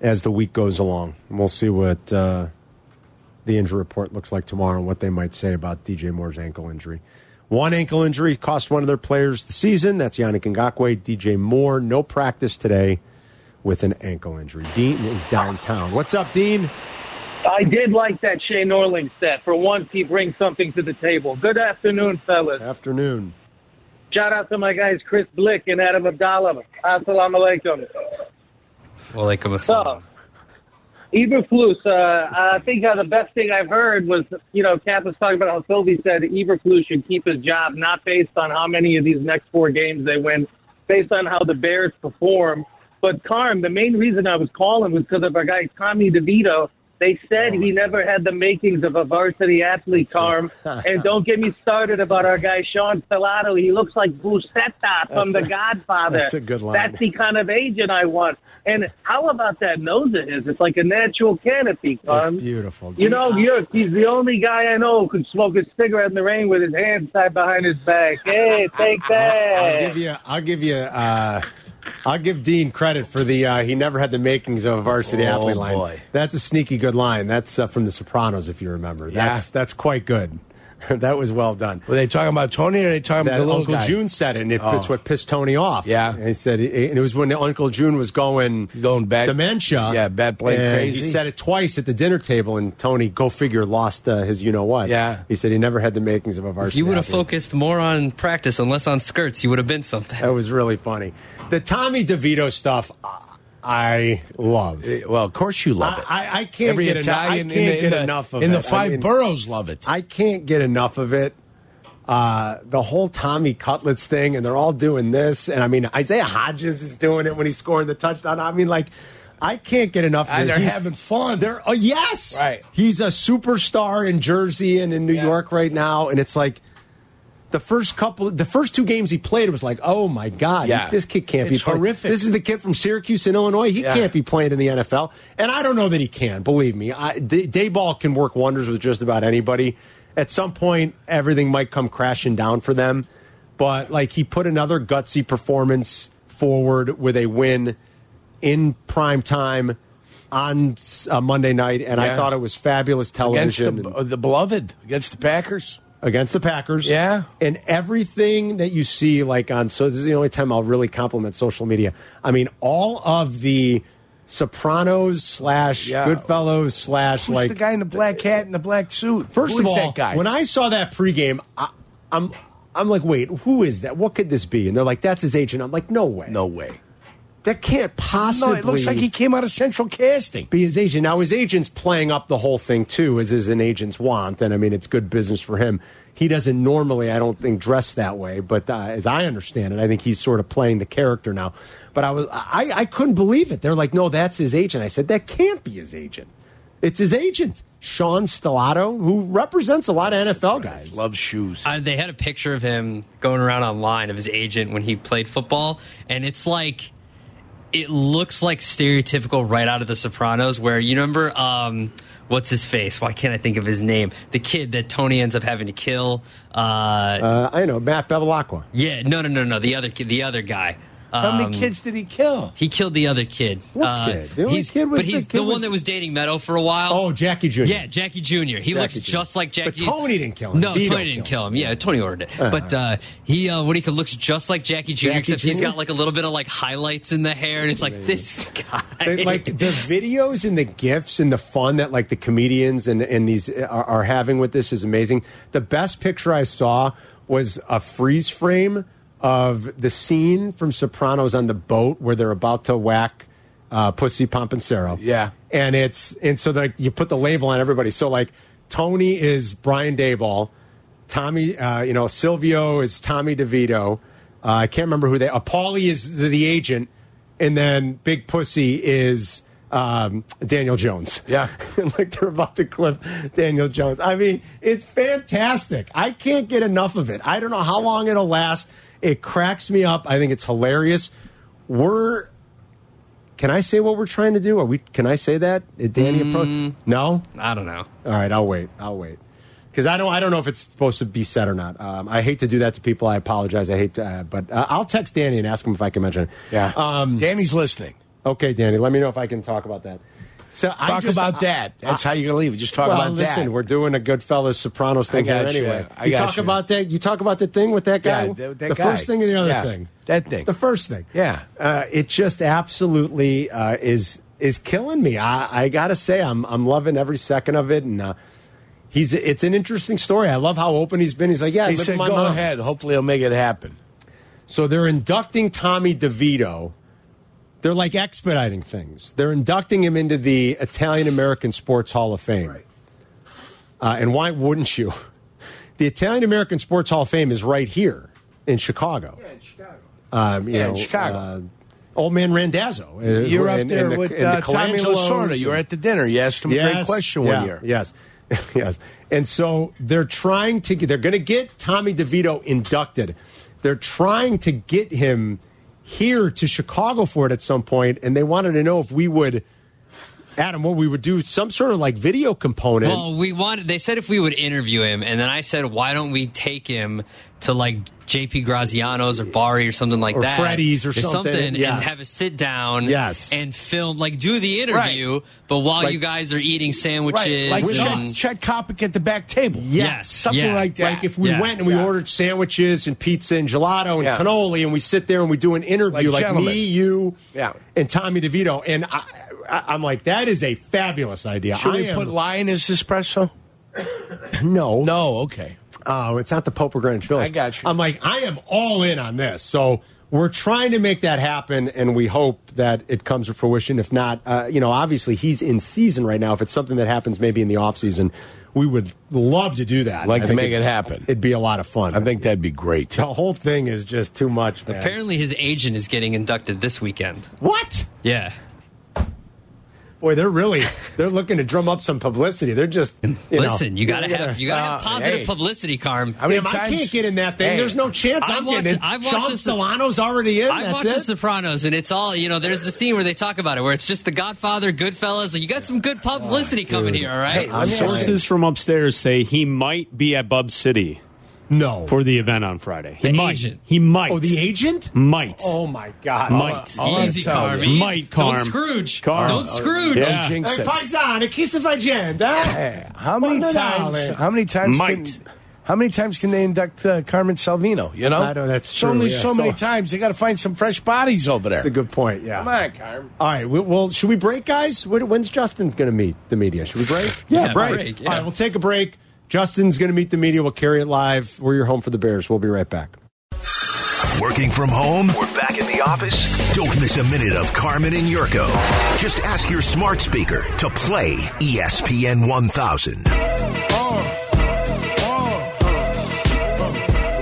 C: as the week goes along. And we'll see what uh, the injury report looks like tomorrow and what they might say about DJ Moore's ankle injury. One ankle injury cost one of their players the season. That's Yannick Ngakwe. DJ Moore, no practice today with an ankle injury. Dean is downtown. What's up, Dean?
K: I did like that Shea Norling set. For once, he brings something to the table. Good afternoon, fellas.
C: Afternoon.
K: Shout out to my guys Chris Blick and Adam Abdallah. Assalamu alaikum.
G: Well, like I'm a
K: So, Eberflus, uh, I think uh, the best thing I've heard was, you know, Cap was talking about how Sylvie said Eberflus should keep his job not based on how many of these next four games they win, based on how the Bears perform. But, Carm, the main reason I was calling was because of our guy Tommy DeVito. They said he never had the makings of a varsity athlete, Carm. and don't get me started about our guy Sean Stellato. He looks like Busetta
C: That's
K: from The
C: a-
K: Godfather.
C: that's a good line.
K: That's the kind of agent I want. And how about that nose of his? It's like a natural canopy,
C: That's
K: Carm.
C: beautiful.
K: You know, you're, he's the only guy I know who could smoke a cigarette in the rain with his hands tied behind his back. Hey, take
C: I'll give
K: that.
C: you. I'll give you. Uh, I'll give Dean credit for the. Uh, he never had the makings of a varsity
D: Oh,
C: athlete line.
D: boy.
C: That's a sneaky good line. That's uh, from The Sopranos, if you remember. That's
D: Yeah.
C: that's quite good. that was well done.
D: Were they talking about Tony or are they talking
C: That
D: about the little
C: Uncle
D: guy?
C: June said it, and it,
D: Oh.
C: it's what pissed Tony off.
D: Yeah.
C: and he said, and it was when Uncle June was going
D: Going bad-
C: dementia.
D: Yeah, bad plane
C: and He
D: crazy.
C: said it twice at the dinner table, and Tony, go figure, lost uh, his you know what.
D: Yeah.
C: he said he never had the makings of a varsity.
G: You would have
C: athlete.
G: focused more on practice and less on skirts. You would have been something.
C: That was really funny. The Tommy DeVito stuff, I- I love.
D: Well, of course you love
C: I-
D: it.
C: I- I can't
D: Every
C: get enough- I
D: Italian
C: can't
D: in the, in
C: get
D: the,
C: enough of
D: in
C: it.
D: the five
C: I mean-
D: boroughs love it.
C: I can't get enough of it. Uh, the whole Tommy Cutlets thing, and they're all doing this. And I mean, Isaiah Hodges is doing it when he's scoring the touchdown. I mean, like, I can't get enough of
D: And
C: it.
D: they're
C: He's-
D: having fun.
C: They're, oh, yes.
D: Right.
C: He's a superstar in Jersey and in New York right now. And it's like, the first couple, the first two games he played, it was like, oh my god,
D: Yeah.
C: this kid can't
D: It's
C: be playing.
D: horrific.
C: This is the kid from Syracuse in Illinois. He
D: Yeah.
C: can't be playing in the NFL, and I don't know that he can. Believe me, I, D- Dayball can work wonders with just about anybody. At some point, everything might come crashing down for them, but like he put another gutsy performance forward with a win in prime time on s- uh, Monday night, and I
D: Yeah.
C: thought it was fabulous
D: against
C: television
D: the, uh, the beloved, against the Packers.
C: against the Packers.
D: Yeah.
C: And everything that you see, like on so this is the only time I'll really compliment social media. I mean, all of the Sopranos slash
D: Yeah.
C: Goodfellas slash
D: Who's
C: like
D: the guy in the black hat and the black suit?
C: First
D: Who
C: of
D: is
C: all,
D: that guy?
C: when I saw that pregame, I, I'm I'm like, wait, who is that? What could this be? And they're like, that's his agent. I'm like, no way,
D: no way.
C: That can't possibly.
D: No, it looks like he came out of central casting.
C: Be his agent. Now, his agent's playing up the whole thing, too, as is an agent's want. And I mean, it's good business for him. He doesn't normally, I don't think, dress that way. But uh, as I understand it, I think he's sort of playing the character now. But I was, I, I couldn't believe it. They're like, no, that's his agent. I said, that can't be his agent. It's his agent, Sean Stellato, who represents a lot of NFL guys.
D: Loves shoes.
G: Uh, they had a picture of him going around online of his agent when he played football, and it's like it looks like stereotypical right out of The Sopranos, where you remember um, what's his face? Why can't I think of his name? The kid that Tony ends up having to kill. Uh,
C: Uh, I know, Matt Bevilacqua.
G: yeah, no, no, no, no. The other kid, the other guy.
D: How
G: Um,
D: many kids did he kill?
G: He killed the other kid.
D: What
G: Uh,
D: kid? The only
G: he's-
D: kid was
G: but he's
D: the kid
G: the one
D: was-
G: that was dating Meadow for a while.
C: Oh, Jackie Jr.
G: Yeah, Jackie Jr. He
C: Jackie
G: looks
C: Jr..
G: just like Jackie.
C: But Tony didn't kill him.
G: No,
C: Vito
G: Tony didn't kill him. Yeah, Tony ordered it.
C: Uh,
G: but uh, he, uh, what he could looks just like Jackie Jr.
C: Jackie
G: except he's
C: Jr.?
G: got like a little bit of like highlights in the hair, and it's like this guy.
C: They- like the videos and the gifs and the fun that like the comedians and and these uh, are, are having with this is amazing. The best picture I saw was a freeze frame of the scene from Sopranos on the boat where they're about to whack uh, Pussy Pompansero.
D: Yeah.
C: and it's and so like you put the label on everybody. So like Tony is Brian Dayball, Tommy, uh, you know Silvio is Tommy DeVito. Uh, I can't remember who they. Uh, Paulie is the, the agent, and then Big Pussy is um, Daniel Jones.
D: Yeah.
C: And, like they're about to clip Daniel Jones. I mean, it's fantastic. I can't get enough of it. I don't know how long it'll last. It cracks me up. I think it's hilarious. We're can I say what we're trying to do? Are we? Can I say that? Did Danny approach? No.
G: I don't know.
C: All right, I'll wait. I'll wait because I don't. I don't know if it's supposed to be said or not. Um, I hate to do that to people. I apologize. I hate to, uh, but uh, I'll text Danny and ask him if I can mention it.
D: Yeah.
C: Um,
D: Danny's listening.
C: Okay, Danny. Let me know if I can talk about that. So I
D: Talk
C: just,
D: about
C: I-
D: that. That's how you're going to leave. it. Just talk
C: well,
D: about
C: listen,
D: that.
C: we're doing a Goodfellas Sopranos thing here
D: gotcha.
C: anyway.
D: I
C: you talk
D: gotcha.
C: about that. You talk about the thing with that guy.
D: Yeah, that- that
C: the
D: guy.
C: first thing and the other
D: Yeah,
C: thing.
D: that thing.
C: The first thing.
D: Yeah.
C: Uh, it just absolutely uh, is is killing me. I, I gotta say, I'm I'm loving every second of it, and uh, he's it's an interesting story. I love how open he's been. He's like, yeah, I
D: he
C: live
D: said,
C: with my
D: "Go
C: mom."
D: ahead. Hopefully, he'll make it happen."
C: So they're inducting Tommy DeVito. They're like expediting things. They're inducting him into the Italian American Sports Hall of Fame. Uh, and why wouldn't you? The Italian American Sports Hall of Fame is right here in Chicago. Yeah, in Chicago. Um, you
D: Yeah,
C: know,
D: in Chicago.
C: uh, old man Randazzo. uh,
D: You're up
C: and-
D: there
C: and the-
D: with
C: and the
D: uh, Tommy
C: Colangelos
D: Lasorda.
C: and-
D: You were at the dinner. You asked him a great question
C: yeah,
D: one year.
C: Yes, yes. And so they're trying to. They're going to get Tommy DeVito inducted. They're trying to get him here to Chicago for it at some point, and they wanted to know if we would, Adam, what we would do some sort of like video component.
G: Well, we wanted. They said if we would interview him, and then I said, why don't we take him to like J.P. Graziano's or Bari or something like
C: Or
G: that,
C: Freddy's or something, yes.
G: and have a sit down,
C: Yes.
G: and film like do the interview, but while
C: Like-
G: you guys are eating sandwiches,
D: Right, like
G: and-
D: Chet, Chet Kopic at the back table.
G: Yes.
D: something
G: Yeah.
D: like that.
C: Like if we
G: Yeah.
C: went and we
D: Yeah.
C: ordered sandwiches and pizza and gelato and
D: Yeah.
C: cannoli and we sit there and we do an interview
D: Like
C: like,
D: gentlemen.
C: me, you,
D: Yeah.
C: and Tommy DeVito, and I, I, I'm like that is a fabulous idea.
D: Should
C: I
D: we
C: am,
D: put lion as espresso?
C: no,
D: No, okay.
C: Oh, it's not the Pope or Greenwich Village.
D: I got you.
C: I'm like, I am all in on this. So we're trying to make that happen, and we hope that it comes to fruition. If not, uh, you know, obviously he's in season right now. If it's something that happens maybe in the off season, we would love to do that.
D: Like
C: I
D: to
C: think
D: make it happen.
C: It'd be a lot of fun.
D: I think that'd be great.
C: the whole thing is just too much. Man.
G: Apparently, his agent is getting inducted this weekend.
C: what?
G: Yeah.
C: Boy, they're really they're looking to drum up some publicity. They're just you know,
G: Listen, you gotta
C: they're-
G: have you gotta have
D: Uh,
G: positive
D: hey.
G: publicity, Carm.
D: I mean,
C: Damn, I
D: times-
C: can't get in that thing.
D: Hey.
C: There's no chance
G: I've
C: I'm
G: watched-
C: getting in.
G: I've watched
C: Sean
G: this-
C: Delano's already in.
G: I
C: That's
G: watched
C: it.
G: The Sopranos, and it's all you know. There's the scene where they talk about it, where it's just The Godfather, Goodfellas. You got some good publicity coming here, all right?
C: I'm
E: Sources from upstairs say he might be at Bub City
C: No.
E: for the event on Friday. He
G: The
E: might.
G: agent.
E: He might.
C: oh, the agent?
E: might.
C: Oh my God!
E: Might.
G: Easy,
D: I'll tell
G: Carm.
D: you.
G: easy.
E: Might, Carm.
G: Don't Scrooge.
E: Carm.
G: Don't Scrooge.
E: Yeah.
D: Don't jinx
C: Hey,
D: it.
C: paisan, che si fa gente, eh?
D: Hey, how many
C: Buonanotte.
D: times? How many times?
E: Might.
D: Can, how many times can they induct uh, Carmen Salvino? You know,
C: I know that's
D: so
C: true,
D: Only
C: yeah,
D: so many
C: so-
D: times. They got to find some fresh bodies over there.
C: That's a good point. Yeah.
D: Come on, Carmen.
C: All right. We, well, should we break, guys? When- When's Justin going to meet the media? Should we break?
G: Yeah, break, yeah.
C: All right. We'll take a break. Justin's going to meet the media. We'll carry it live. We're your home for the Bears. We'll be right back.
J: Working from home?
L: We're back in the
J: the office? Don't miss a minute of Carmen and Yurko. Just ask your smart speaker to play E ESPN 1000.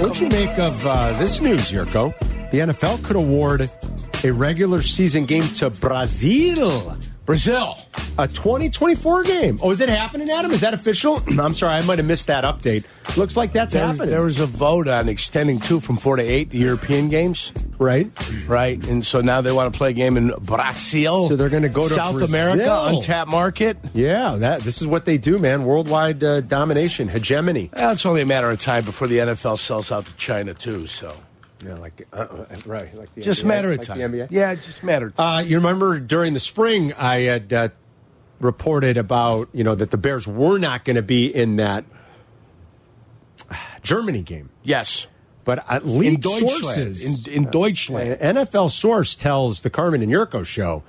C: What'd you make of uh, this news, Yurko? The NFL could award a regular season game to Brazil. Brazil. A 2024 game. Oh, is it happening, Adam? Is that official? I'm sorry, I might have missed that update. Looks like that's
D: there,
C: happening.
D: There was a vote on extending two from four to eight the European games.
C: Right.
D: Right. And so now they want to play a game in Brazil.
C: So they're going to go to
D: South
C: Brazil.
D: America, untapped market.
C: Yeah, that this is what they do, man. Worldwide uh, domination, hegemony.
D: Well, it's only a matter of time before the NFL sells out to China too. So
C: Yeah, like uh, uh, right, like the
D: just
C: NBA,
D: matter of
C: like
D: time.
C: The NBA.
D: Yeah, just matter of time.
C: Uh, you remember during the spring, I had uh, reported about you know that the Bears were not going to be in that Germany game,
D: yes.
C: but at least
D: Deutschland.
C: sources
D: In- in Deutschland.
C: an NFL source tells the Carmen and Yurko show.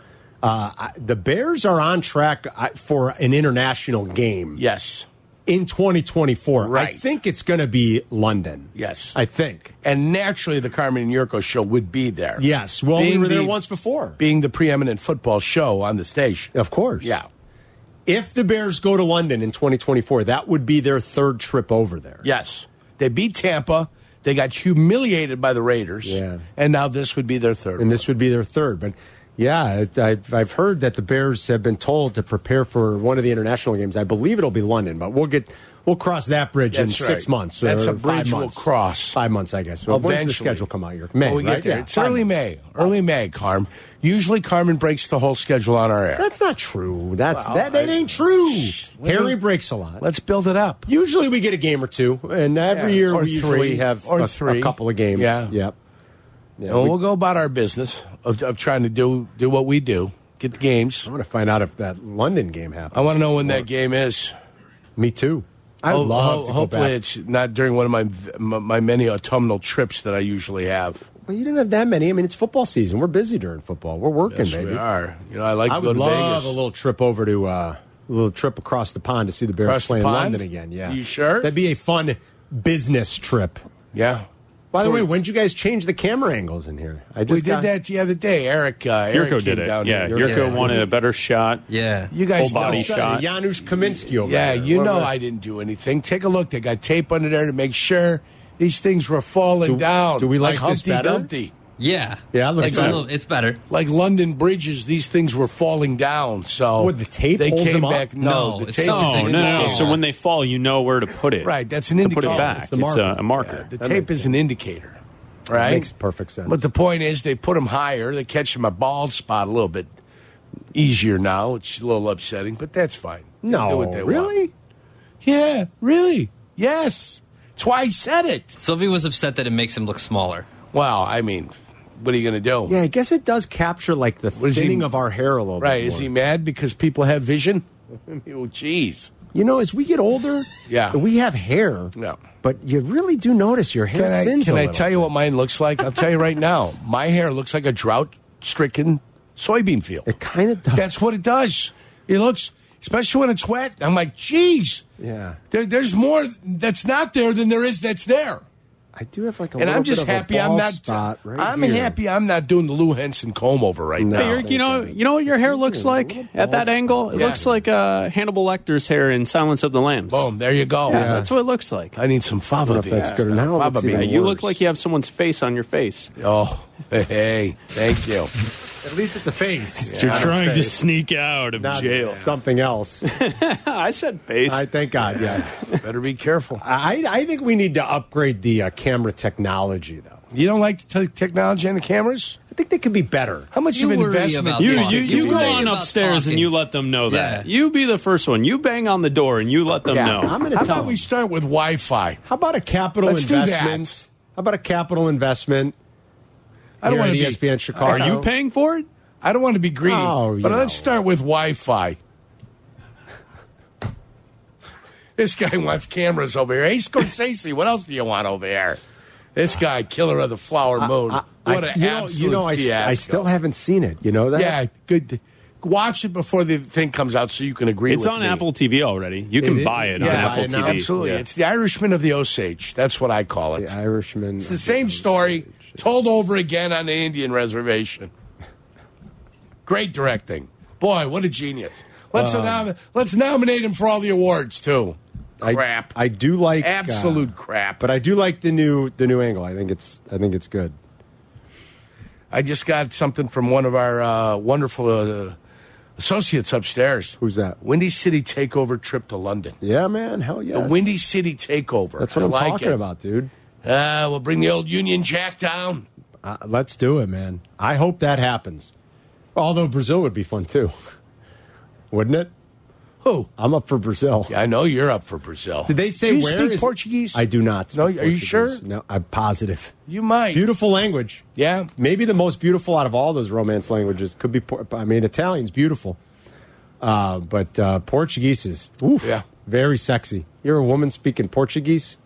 C: Uh, I- the Bears are on track uh, for an international game
D: Yes.
C: in 2024. I
D: Right.
C: think it's going to be London.
D: Yes.
C: I think.
D: and naturally, the Carmen and Yurko show would be there.
C: Yes. Well, we
D: Being
C: were there
D: the-
C: once before.
D: Being the preeminent football show on the station.
C: Of course.
D: Yeah.
C: If the Bears go to London in 2024, that would be their third trip over there.
D: Yes. They beat Tampa. They got humiliated by the Raiders.
C: Yeah.
D: And now this would be their third.
C: And this would be their third. But yeah, it, I've, I've heard that the Bears have been told to prepare for one of the international games. I believe it'll be London, but we'll get we'll cross that bridge
D: That's
C: in
D: right.
C: six months.
D: That's
C: or
D: a bridge
C: five
D: we'll
C: months.
D: cross.
C: Five months, I guess. Well, when's the
D: Eventually.
C: schedule come out? Your May,
D: When we
C: right?
D: get there.
C: Yeah,
D: it's
C: five
D: early
C: months.
D: May. Early May, Carm. Usually, Carmen breaks the whole schedule on our air.
C: That's not true. That's
D: Well,
C: that, that
D: I-
C: ain't true.
D: Shh.
C: Harry breaks a lot.
D: Let's build it up.
C: Usually we get a game or two, and every
D: Yeah,
C: year
D: or
C: we usually
D: three,
C: have
D: or
C: a, a
D: three.
C: couple of games.
D: Yeah.
C: Yep. Yeah,
D: And
C: we-
D: we'll go about our business of, of trying to do do what we do. Get the games.
C: I want to find out if that London game happened.
D: I want to know when that game is.
C: Me too. I
D: Ho-
C: would love
D: ho-
C: to go
D: Oh, hopefully
C: back.
D: it's not during one of my, v- my my many autumnal trips that I usually have.
C: Well, you didn't have that many. I mean, it's football season. We're busy during football. We're working,
D: Yes,
C: baby.
D: we are. You know, I like to
C: I
D: go
C: would
D: to
C: love
D: Vegas.
C: a little trip over to uh, a little trip across the pond to see the Bears
D: Across the
C: play in
D: pond?
C: London again. Yeah,
D: You sure?
C: That'd be a fun business trip.
D: yeah.
C: By the
D: So
C: way,
D: we-
C: when'd you guys change the camera angles in here? I just
D: we
C: got-
D: did that the other day. Eric, uh, Eric
E: Yurko
D: came
E: did it.
D: down
E: Yeah,
D: here.
E: Yurko
G: Yeah.
E: wanted a better shot.
G: Yeah.
D: You guys
E: Full
D: know.
E: body
C: All of a sudden,
E: shot.
C: Janush Kaminsky over
D: Yeah,
C: there.
D: you
C: Whoever-
D: know I didn't do anything. Take a look. They got tape under there to make sure these things were falling
C: Do-
D: down.
C: do we like this
D: Humpty
C: better?
D: Dumpty.
G: Yeah.
C: Yeah, it looks
G: it's
C: better.
G: A little, it's better.
D: Like London bridges, these things were falling down. So
C: What, the tape
D: they
C: holds
D: came
C: them up?
D: back. No,
G: No,
D: the
G: it's
D: tape
G: so-
D: is
E: No,
D: an
E: Oh, no, no.
G: Yeah.
D: indicator.
E: So when they fall, you know where to put it.
D: right, that's an
E: To
D: indicator.
E: put it back.
C: It's
E: It's,
C: the
E: a,
C: marker.
E: a marker.
D: The
C: That
D: tape
C: makes
D: is an indicator, right?
C: makes perfect sense.
D: But the point is, they put them higher. They catch them a bald spot a little bit easier now. It's a little upsetting, but that's fine. They do
C: No,
D: what they want.
C: really?
D: Yeah, really? Yes. That's why I said it.
G: Sylvie was upset that it makes him look smaller.
D: Well, I mean, what are you going to do?
C: Yeah, I guess it does capture like the
D: is he-
C: thinning of our hair a little
D: Right?
C: bit.
D: Is
C: more.
D: he mad because people have vision? oh, jeez.
C: You know, as we get older,
D: Yeah.
C: we have hair.
D: Yeah.
C: But you really do notice your hair
D: Can I,
C: thins
D: can
C: a
D: I
C: little.
D: tell you what mine looks like? I'll tell you right now. My hair looks like a drought-stricken soybean field.
C: It kind of does.
D: That's what it does. It looks, especially when it's wet. I'm like, geez.
C: Yeah.
D: There, there's more that's not there than there is that's there.
C: I do have like a
D: And
C: little
D: I'm just
C: bit of
D: happy
C: a
D: I'm
C: bald
D: not.
C: spot right
D: I'm
C: here.
D: happy I'm not doing the Lou Henson comb over right
C: No.
E: Hey,
D: now.
E: Eric, you know, you know what your hair looks like at that angle. It
D: Yeah.
E: looks like uh, Hannibal Lecter's hair in Silence of the Lambs.
D: Boom, there you go.
E: Yeah, that's what it looks like.
D: I need some
C: I don't know
D: fava
C: if
D: beans.
C: that's good or not.
D: Fava
C: Let's see.
E: Yeah,
D: beans.
E: you look like you have someone's face on your face.
D: Oh, hey, hey, thank you.
C: At least it's a face.
E: You're
C: Not a
E: trying to
C: face.
E: sneak out of
C: Not
E: jail.
C: something else.
E: I said face.
C: I thank God. Yeah.
D: Better be careful.
C: I I think we need to upgrade the uh, camera technology though.
D: You don't like the te- technology and the cameras?
C: I think they could be better.
D: How much
G: You
D: of an
G: worry
D: investment?
G: about
D: do
E: you
D: you-
G: talking.
E: you, you
G: You
E: go
G: worry
E: on
G: about
E: upstairs and
G: talking.
E: you let them know that.
G: Yeah.
E: You be the first one. You bang on the door and you let them
C: Yeah,
E: know.
C: I'm gonna
D: How
C: tell
D: about we
C: them.
D: start with Wi-Fi?
C: How about a capital
D: Let's do that.
C: investment? How about a capital investment?
D: I don't
C: here
D: want
C: at E
D: to be.
C: ESPN
E: Are
C: Chicago.
E: you paying for it?
D: I don't want to be greedy,
C: Oh, you
D: but let's
C: know.
D: start with Wi-Fi. This guy wants cameras over here. Hey, Scorsese, what else do you want over here? This guy, killer of the flower moon. what
C: I,
D: an
C: you know,
D: absolute
C: you know I, s- I
D: fiasco.
C: still haven't seen it. You know that?
D: Yeah, good. Watch it before the thing comes out so you can agree
E: It's
D: with
E: on
D: me.
E: Apple TV already. You can
C: is?
E: buy it on
C: Yeah,
E: Apple
C: and
E: TV.
D: Absolutely.
E: Yeah.
D: It's the Irishman of the Osage. That's what I call it.
C: The Irishman.
D: It's the same story, Told over again on the Indian reservation. Great directing. Boy, what a genius. Let's,
C: Um,
D: nom- let's nominate him for all the awards, too. Crap.
C: I, I do like uh,
D: Absolute crap.
C: but I do like the new the new angle. I think it's I think it's good.
D: I just got something from one of our uh, wonderful uh, associates upstairs.
C: Who's that?
D: Windy City Takeover trip to London.
C: Yeah, man. Hell yeah.
D: The Windy City Takeover.
C: That's what
D: I
C: I'm
D: like
C: talking
D: it.
C: about, dude.
D: Uh, we'll bring the old Union Jack down.
C: Uh, let's do it, man. I hope that happens. Although Brazil would be fun too, wouldn't it?
D: Who?
C: I'm up for Brazil.
D: I know you're up for Brazil.
C: Did they say
D: Do you
C: where
D: speak
C: is-
D: Portuguese?
C: I do not.
D: No,
C: speak
D: are you
C: Portuguese.
D: sure?
C: No, I'm positive.
D: You might.
C: Beautiful language.
D: Yeah.
C: Maybe the most beautiful out of all those Romance languages could be. Por- I mean, Italian's beautiful, uh, but uh, Portuguese is oof,
D: Yeah.
C: very sexy. You're a woman speaking Portuguese.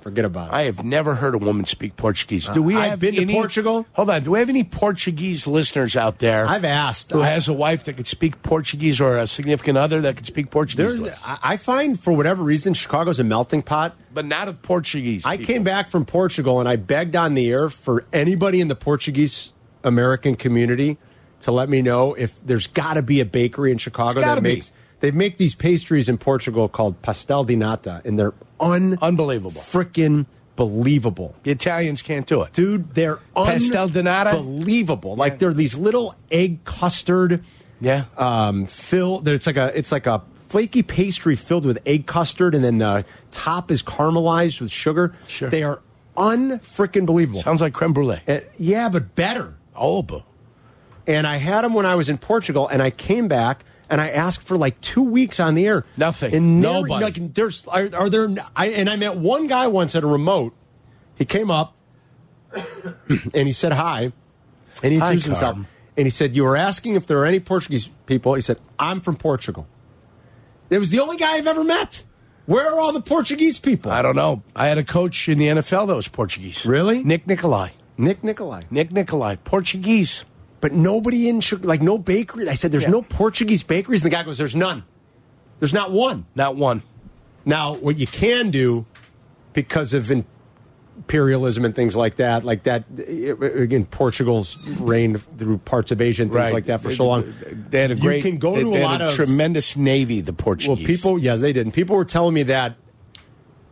C: Forget about it.
D: I have never heard a woman speak Portuguese. Do we
C: I've
D: have
C: been to
D: any-
C: Portugal.
D: Hold on. Do we have any Portuguese listeners out there
C: I've asked.
D: who
C: I-
D: has a wife that could speak Portuguese or a significant other that could speak Portuguese?
C: There's,
D: with us?
C: I I find for whatever reason Chicago's a melting pot.
D: but not of Portuguese.
C: I
D: people.
C: came back from Portugal and I begged on the air for anybody in the Portuguese American community to let me know if there's got to be a bakery in Chicago
D: There's gotta
C: that
D: be.
C: makes they make these pastries in Portugal called pastel de nata and they're un
D: Unbelievable.
C: freaking believable.
D: The Italians can't do it.
C: Dude, they're
D: Pastel de nata?
C: unbelievable. Like they're these little egg custard
D: Yeah.
C: um, fill. It's like a it's like a flaky pastry filled with egg custard, and then the top is caramelized with sugar.
D: Sure.
C: They are unfreaking believable.
D: Sounds like creme brulee.
C: Uh, yeah, but better.
D: Eh, Oh, but
C: And I had them when I was in Portugal, and I came back. And I asked for like two weeks on the air.
D: Nothing.
C: And
D: Nobody.
C: Like, there's are, are there? I, and I met one guy once at a remote. He came up and he said hi, and he
D: Hi,
C: introduced himself.
D: Carm.
C: And he said, "You were asking if there are any Portuguese people." He said, "I'm from Portugal." It was the only guy I've ever met. Where are all the Portuguese people?
D: I don't know. I had a coach in the NFL that was Portuguese.
C: Really?
D: Nick Nicolai.
C: Nick Nikolai.
D: Nick Nicolai, Portuguese.
C: But nobody in Chi- like no bakery. I said, "There's
D: Yeah.
C: no Portuguese bakeries." And the guy goes, "There's none. There's not one."
D: Not one.
C: Now, what you can do because of imperialism and things like that, like that, it- again, Portugal's reigned through parts of Asia and things like that for
D: Eh,
C: so long.
D: They had a great.
C: You can go
D: they-
C: to
D: they
C: a
D: had
C: lot of
D: tremendous navy. The
C: well,
D: Portuguese.
C: people. Yes, they did. And people were telling me that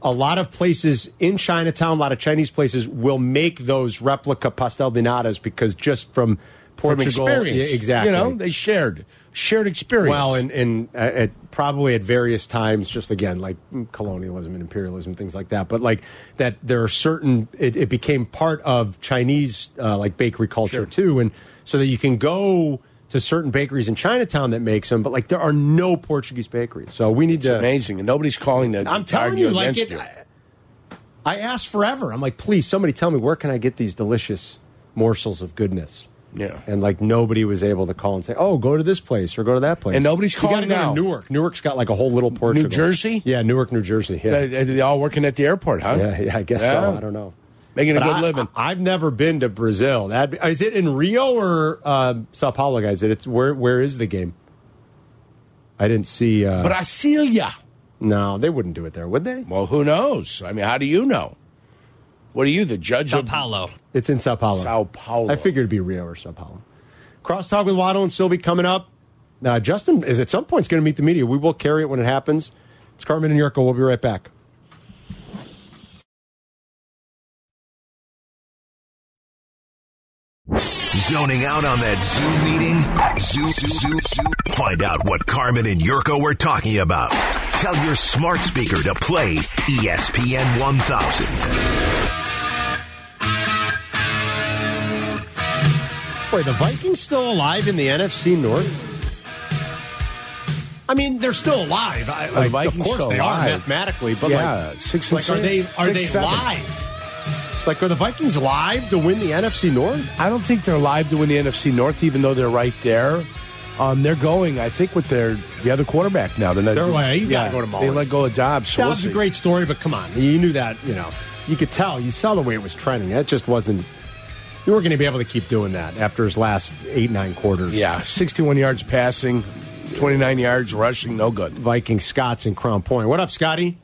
C: a lot of places in Chinatown, a lot of Chinese places, will make those replica pastel de natas because just from
D: from
C: Portugal,
D: experience.
C: Yeah, exactly.
D: You know, they shared shared experience.
C: Well, and, and uh, at probably at various times, just again, like colonialism and imperialism, things like that. But like that, there are certain, it, it became part of Chinese uh, like bakery culture
D: Sure.
C: too. And so that you can go to certain bakeries in Chinatown that makes them, but like there are no Portuguese bakeries. So we need
D: it's
C: to.
D: amazing, and nobody's calling to
C: I'm
D: to
C: telling
D: argue
C: you, like
D: against
C: it.
D: you.
C: I, I asked forever. I'm like, please, somebody tell me where can I get these delicious morsels of goodness.
D: Yeah.
C: and like nobody was able to call and say, "Oh, go to this place or go to that place."
D: And nobody's
C: You gotta
D: calling
C: go to
D: now.
C: Newark. Newark's got like a whole little Portugal.
D: Jersey?
C: Yeah, Newark, New Jersey. Yeah,
D: They- they- they all working at the airport, huh?
C: yeah, yeah I guess so.
D: Yeah.
C: I don't know.
D: Making a
C: But
D: good
C: I,
D: living.
C: I, have never been to Brazil. That is it in Rio or um, Sao Paulo, guys? It's where? Where is the game? I didn't see. Uh,
D: Brasilia.
C: no, they wouldn't do it there, would they?
D: Well, who knows? I mean, how do you know? What are you, the judge
G: Sao
D: of
G: Paulo.
C: It's in Sao Paulo.
D: Sao Paulo?
C: I figured it'd be Rio or Sao Paulo. Crosstalk with Waddle and Sylvie coming up. Uh, Justin is at some point going to meet the media. We will carry it when it happens. It's Carmen and Yurko. We'll be right back.
J: Zoning out on that Zoom meeting? Zoom, Zoom, Zoom. Find out what Carmen and Yurko were talking about. E Tell your smart speaker to play ESPN 1000.
C: Wait, the Vikings still alive in the NFC North? I mean, they're still alive. I,
D: the
C: like,
D: Vikings
C: of course,
D: still
C: they
D: alive?
C: are mathematically, but
D: Yeah,
C: like,
D: six and
C: like are
D: six-
C: they are
D: six,
C: they
D: seven.
C: live? Like, are the Vikings live to win the NFC North?
D: I don't think they're live to win the NFC North, even though they're right there. Um, they're going, I think, with their the other quarterback now. They're, not,
C: They're like, you gotta go to
D: They
C: Mullins.
D: let go of Dobbs. So
C: That
D: we'll
C: was a
D: see.
C: great story, but come on, you knew that. You know, you could tell. You saw the way it was trending. That just wasn't. You weren't going to be able to keep doing that after his last eight nine quarters.
D: Yeah, 61 yards passing, 29 yards rushing, no good.
C: Viking Scots in Crown Point. What up, Scotty?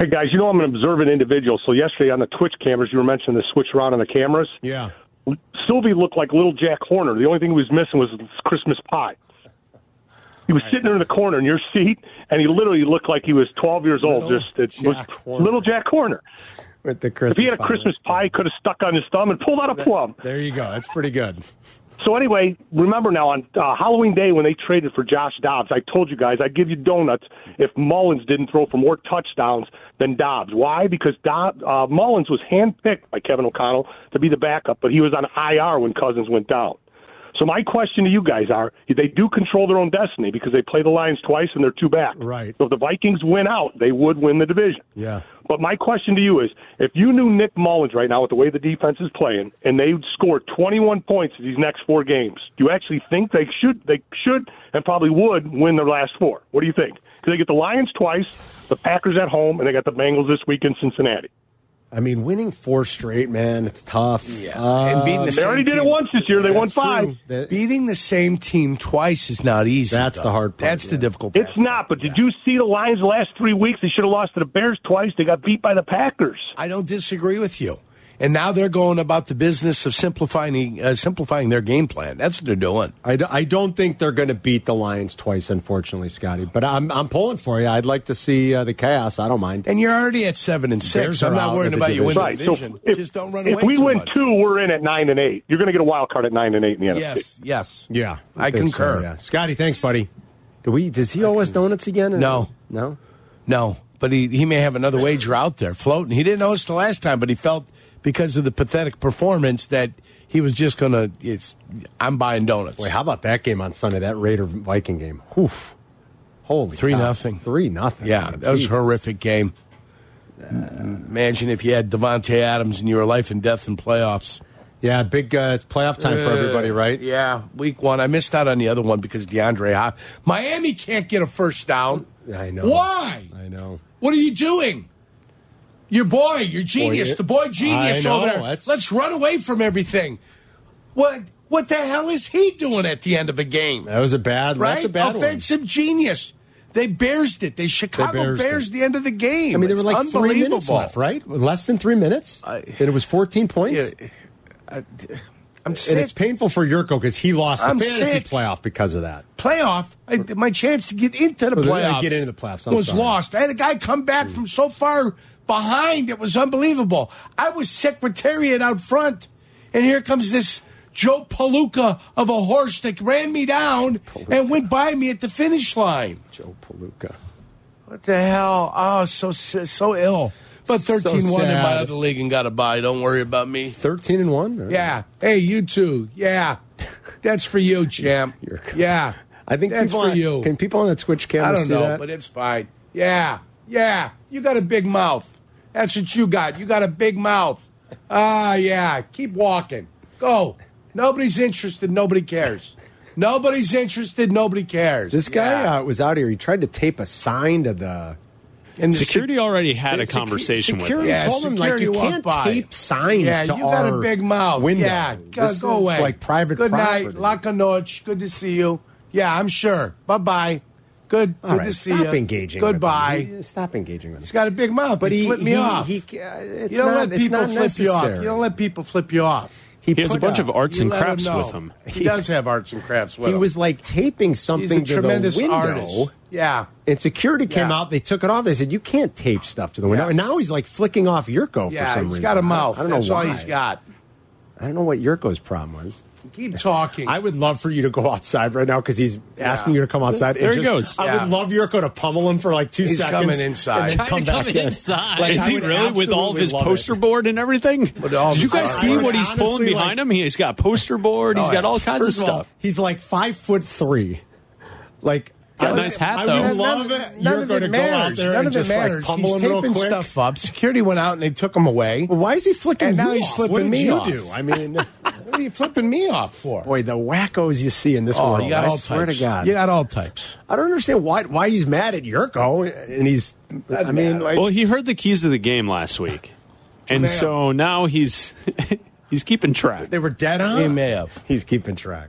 L: Hey guys, you know I'm an observant individual. So yesterday on the Twitch cameras, you were mentioning the switch around on the cameras.
C: Yeah.
L: Sylvie looked like little Jack Horner. The only thing he was missing was Christmas pie. He was sitting there in the corner in your seat, and he literally looked like he was 12 years old.
C: Little
L: Just it
C: Jack
L: was
C: Horner.
L: little Jack Horner.
C: With the
L: if he had a
C: Christmas pie,
L: Christmas pie, he could have stuck on his thumb and pulled out a plum.
C: There you go. That's pretty good.
L: So anyway, remember now on uh, Halloween Day when they traded for Josh Dobbs, I told you guys I'd give you donuts if Mullins didn't throw for more touchdowns than Dobbs. Why? Because Dob uh, Mullins was handpicked by Kevin O'Connell to be the backup, but he was on IR when Cousins went down. So my question to you guys are: They do control their own destiny because they play the Lions twice and they're two back.
C: Right.
L: So if the Vikings win out, they would win the division.
C: Yeah.
L: But my question to you is if you knew Nick Mullins right now with the way the defense is playing and they would score 21 points these next four games, do you actually think they should they should and probably would win their last four? What do you think? Cuz they get the Lions twice, the Packers at home and they got the Bengals this week in Cincinnati.
C: I mean, winning four straight, man, it's tough. Uh, Yeah.
D: and beating the
L: they already did it once this year. They won five.
D: Beating the same team twice is not easy.
C: That's the hard
D: part. That's the difficult part.
L: It's not, but did you see the Lions the last 3 weeks? They should have lost to the Bears twice. They got beat by the Packers.
D: I don't disagree with you. And now they're going about the business of simplifying uh, simplifying their game plan. That's what they're doing.
C: I, d- I don't think they're going to beat the Lions twice, unfortunately, Scotty. But I'm I'm pulling for you. I'd like to see uh, the chaos. I don't mind.
D: And you're already at seven and six. I'm not worried about you winning the division.
L: if,
D: Just don't run
L: if
D: away
L: we
D: too
L: win
D: much.
L: two, we're in at nine and eight. You're going to get a wild card at nine and eight in the NFC.
D: Yes, yes.
C: Yeah,
D: I
C: think so,
D: concur.
C: yeah. Scotty, thanks, buddy. Do we? Does he owe us donuts again?
D: No.
C: no,
D: no. But he, he may have another wager out there floating. He didn't know us the last time, but he felt because of the pathetic performance that he was just going to. It's I'm buying donuts.
C: Wait, how about that game on Sunday? That Raider Viking game. Oof. Holy
D: Three
C: cow.
D: nothing.
C: Three nothing.
D: Yeah, that was a
C: Jeez.
D: horrific game. Imagine if you had Devontae Adams and you were life and death in playoffs.
C: Yeah, big uh, it's playoff time for everybody, right?
D: Yeah, week one. I missed out on the other one because DeAndre Hop. Miami can't get a first down.
C: I know.
D: Why?
C: I know.
D: What are you doing? Your boy, your genius,
C: Boy,
D: the boy genius
C: I know,
D: over there.
C: that's-
D: Let's run away from everything. What? What the hell is he doing at the end of a game?
C: That was a bad.
D: right?
C: That's a bad one.
D: Offensive genius. They bears it. They Chicago
C: Bearsed
D: bears,
C: it.
D: the end of the game.
C: I mean, there were
D: It's
C: like three minutes
D: unbelievable.
C: left, right? Less than three minutes, and it was fourteen points.
D: Yeah, I'm
C: and
D: sick.
C: it's painful for Yurko because he lost the
D: I'm
C: fantasy
D: sick.
C: playoff because of that.
D: playoff. I, my chance to get into the
C: Oh, they- they
D: playoffs.
C: get into the playoffs. I'm
D: was
C: sorry. Mm.
D: lost. I had a guy come back from so far behind. It was unbelievable. I was secretariat out front, and here comes this Joe Paluca of a horse that ran me down and went by me at the finish line.
C: Joe Paluca.
D: What the hell? Oh, so si- so ill. But
C: So
D: 13 1 in my
C: sad.
D: other league and got a bye. Don't worry about me.
C: 13 and 1? All right.
D: Yeah. Hey, you too. Yeah. That's for you, champ.
C: You're-
D: Yeah.
C: I think
D: that's
C: people
D: for
C: on,
D: you.
C: Can people on the Twitch camera
D: I don't
C: see
D: know,
C: that?
D: but it's fine. Yeah, yeah. You got a big mouth. That's what you got. You got a big mouth. Ah, yeah. Keep walking. Go. Nobody's interested. Nobody cares. Nobody's interested. Nobody cares.
C: this guy
D: Yeah.
C: uh, was out here. He tried to tape a sign to the
D: and the
E: Security already had a
C: Secu-
E: conversation with
C: security
E: him.
D: Yeah,
C: told him like
D: security
C: you
D: walked
C: can't
D: by.
C: tape signs
D: Yeah,
C: to
D: you got a
C: our
D: big mouth.
C: window.
D: Yeah, go,
C: This
D: go
C: is
D: away.
C: like private
D: Good night,
C: property.
D: Lakanoch. Good to see you. Yeah, I'm sure. Bye bye. Good.
C: All
D: good
C: right,
D: to see
C: stop
D: you.
C: engaging. with him.
D: Goodbye.
C: He- Stop engaging with him.
D: He's got a big mouth.
C: but
D: he,
C: he
D: flipped me
C: he-
D: off.
C: He, uh, it's
D: you don't
C: not,
D: let
C: it's
D: people
C: not
D: flip you
C: necessary.
D: off. You don't let people flip you off.
E: He has a
C: put
E: bunch of arts
D: You
E: and
D: let
E: crafts
D: know.
E: with him.
D: He does have arts and crafts with
C: He
D: him.
C: was like taping
D: He's
C: something
D: a
C: to the
D: tremendous
C: window.
D: artist. Yeah.
C: And security came
D: Yeah.
C: out. They took it off. They said, "You can't tape stuff to the window."
D: Yeah.
C: And now he's like flicking off Yurko
D: Yeah,
C: for some
D: he's
C: reason.
D: got a
C: I don't-
D: mouth.
C: I don't know
D: That's
C: why
D: all he's got.
C: I don't know what Yurko's problem was.
D: Keep talking.
C: I would love for you to go outside right now because he's asking you to come outside. and
E: There he
C: just-
E: goes.
C: I
D: Yeah.
C: would love Yurko to pummel him for like two
D: He's
C: seconds.
D: coming inside.
C: and then
G: Trying
C: come
G: to
C: back
G: come
C: in.
G: inside.
C: Like,
E: Is
C: I
E: he
C: would
E: really with all of
C: absolutely
E: his
C: love it.
E: poster board and everything?
D: With all
E: Did you
D: his
E: guys
D: art.
E: see what he's
C: Honestly,
E: pulling behind
C: like-
E: him? He's got poster board. He's
D: Oh,
E: got
D: yeah.
E: all kinds of
C: First all,
E: stuff.
C: he's like five foot three. Like
E: Got a
C: I
E: nice
C: would-
E: hat,
C: I
E: though.
C: would
E: None-
C: love it. You're going to go out there
D: None
C: and
D: of it
C: just like
D: matters.
C: pummel
D: he's
C: him real
D: taping
C: quick.
D: stuff up. Security went out and they took him away.
C: Well, why is he flicking?
D: And now
C: you
D: he's
C: off?
D: flipping
C: what did
D: me
C: you
D: off.
C: do? I mean,
D: What are you flipping me off for?
C: boy, the wackos you see in this
D: oh,
C: world.
D: you got
C: I
D: all
C: swear
D: types.
C: to God,
D: You got all types.
C: I don't understand why why he's mad at Yurko, and he's. I mean, like,
E: Well, he heard the keys to the game last week, and
D: Man.
E: so now he's he's keeping track.
C: they were dead on.
D: He may have.
C: He's keeping track.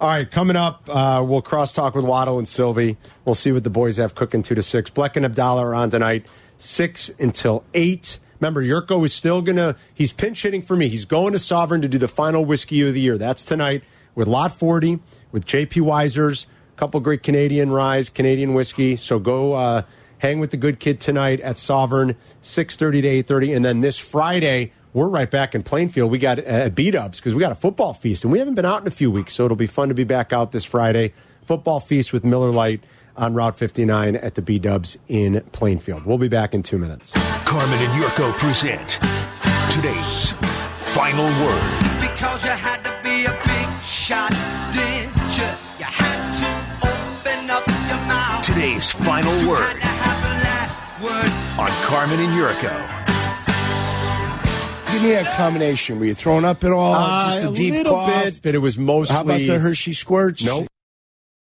C: All right, coming up, uh, we'll crosstalk with Waddle and Sylvie. We'll see what the boys have cooking two to six. Bleck and Abdallah are on tonight. 6 until 8. Remember, Yurko is still going to, he's pinch hitting for me. He's going to Sovereign to do the final whiskey of the year. That's tonight with Lot 40, with JP Weisers, a couple great Canadian rye, Canadian whiskey. So go uh, hang with the good kid tonight at Sovereign, 6.30 to 8.30. And then this Friday, we're right back in Plainfield. We got uh, beat ups because we got a football feast, and we haven't been out in a few weeks, so it'll be fun to be back out this Friday. Football feast with Miller Lite on Route 59 at the B Dubs in Plainfield. We'll be back in two minutes.
J: Carmen and Yurko present today's final word.
H: Because you had to be a big shot, did you? You had to open up your mouth.
J: Today's final word
H: Word.
J: on Carmen and Yurko.
D: Give me a combination. Were you throwing up at all?
C: Uh,
D: Oh, Just a
C: a
D: deep
C: little
D: cough?
C: bit, but it was
D: How about
C: mostly-
D: the Hershey squirts?
C: Nope.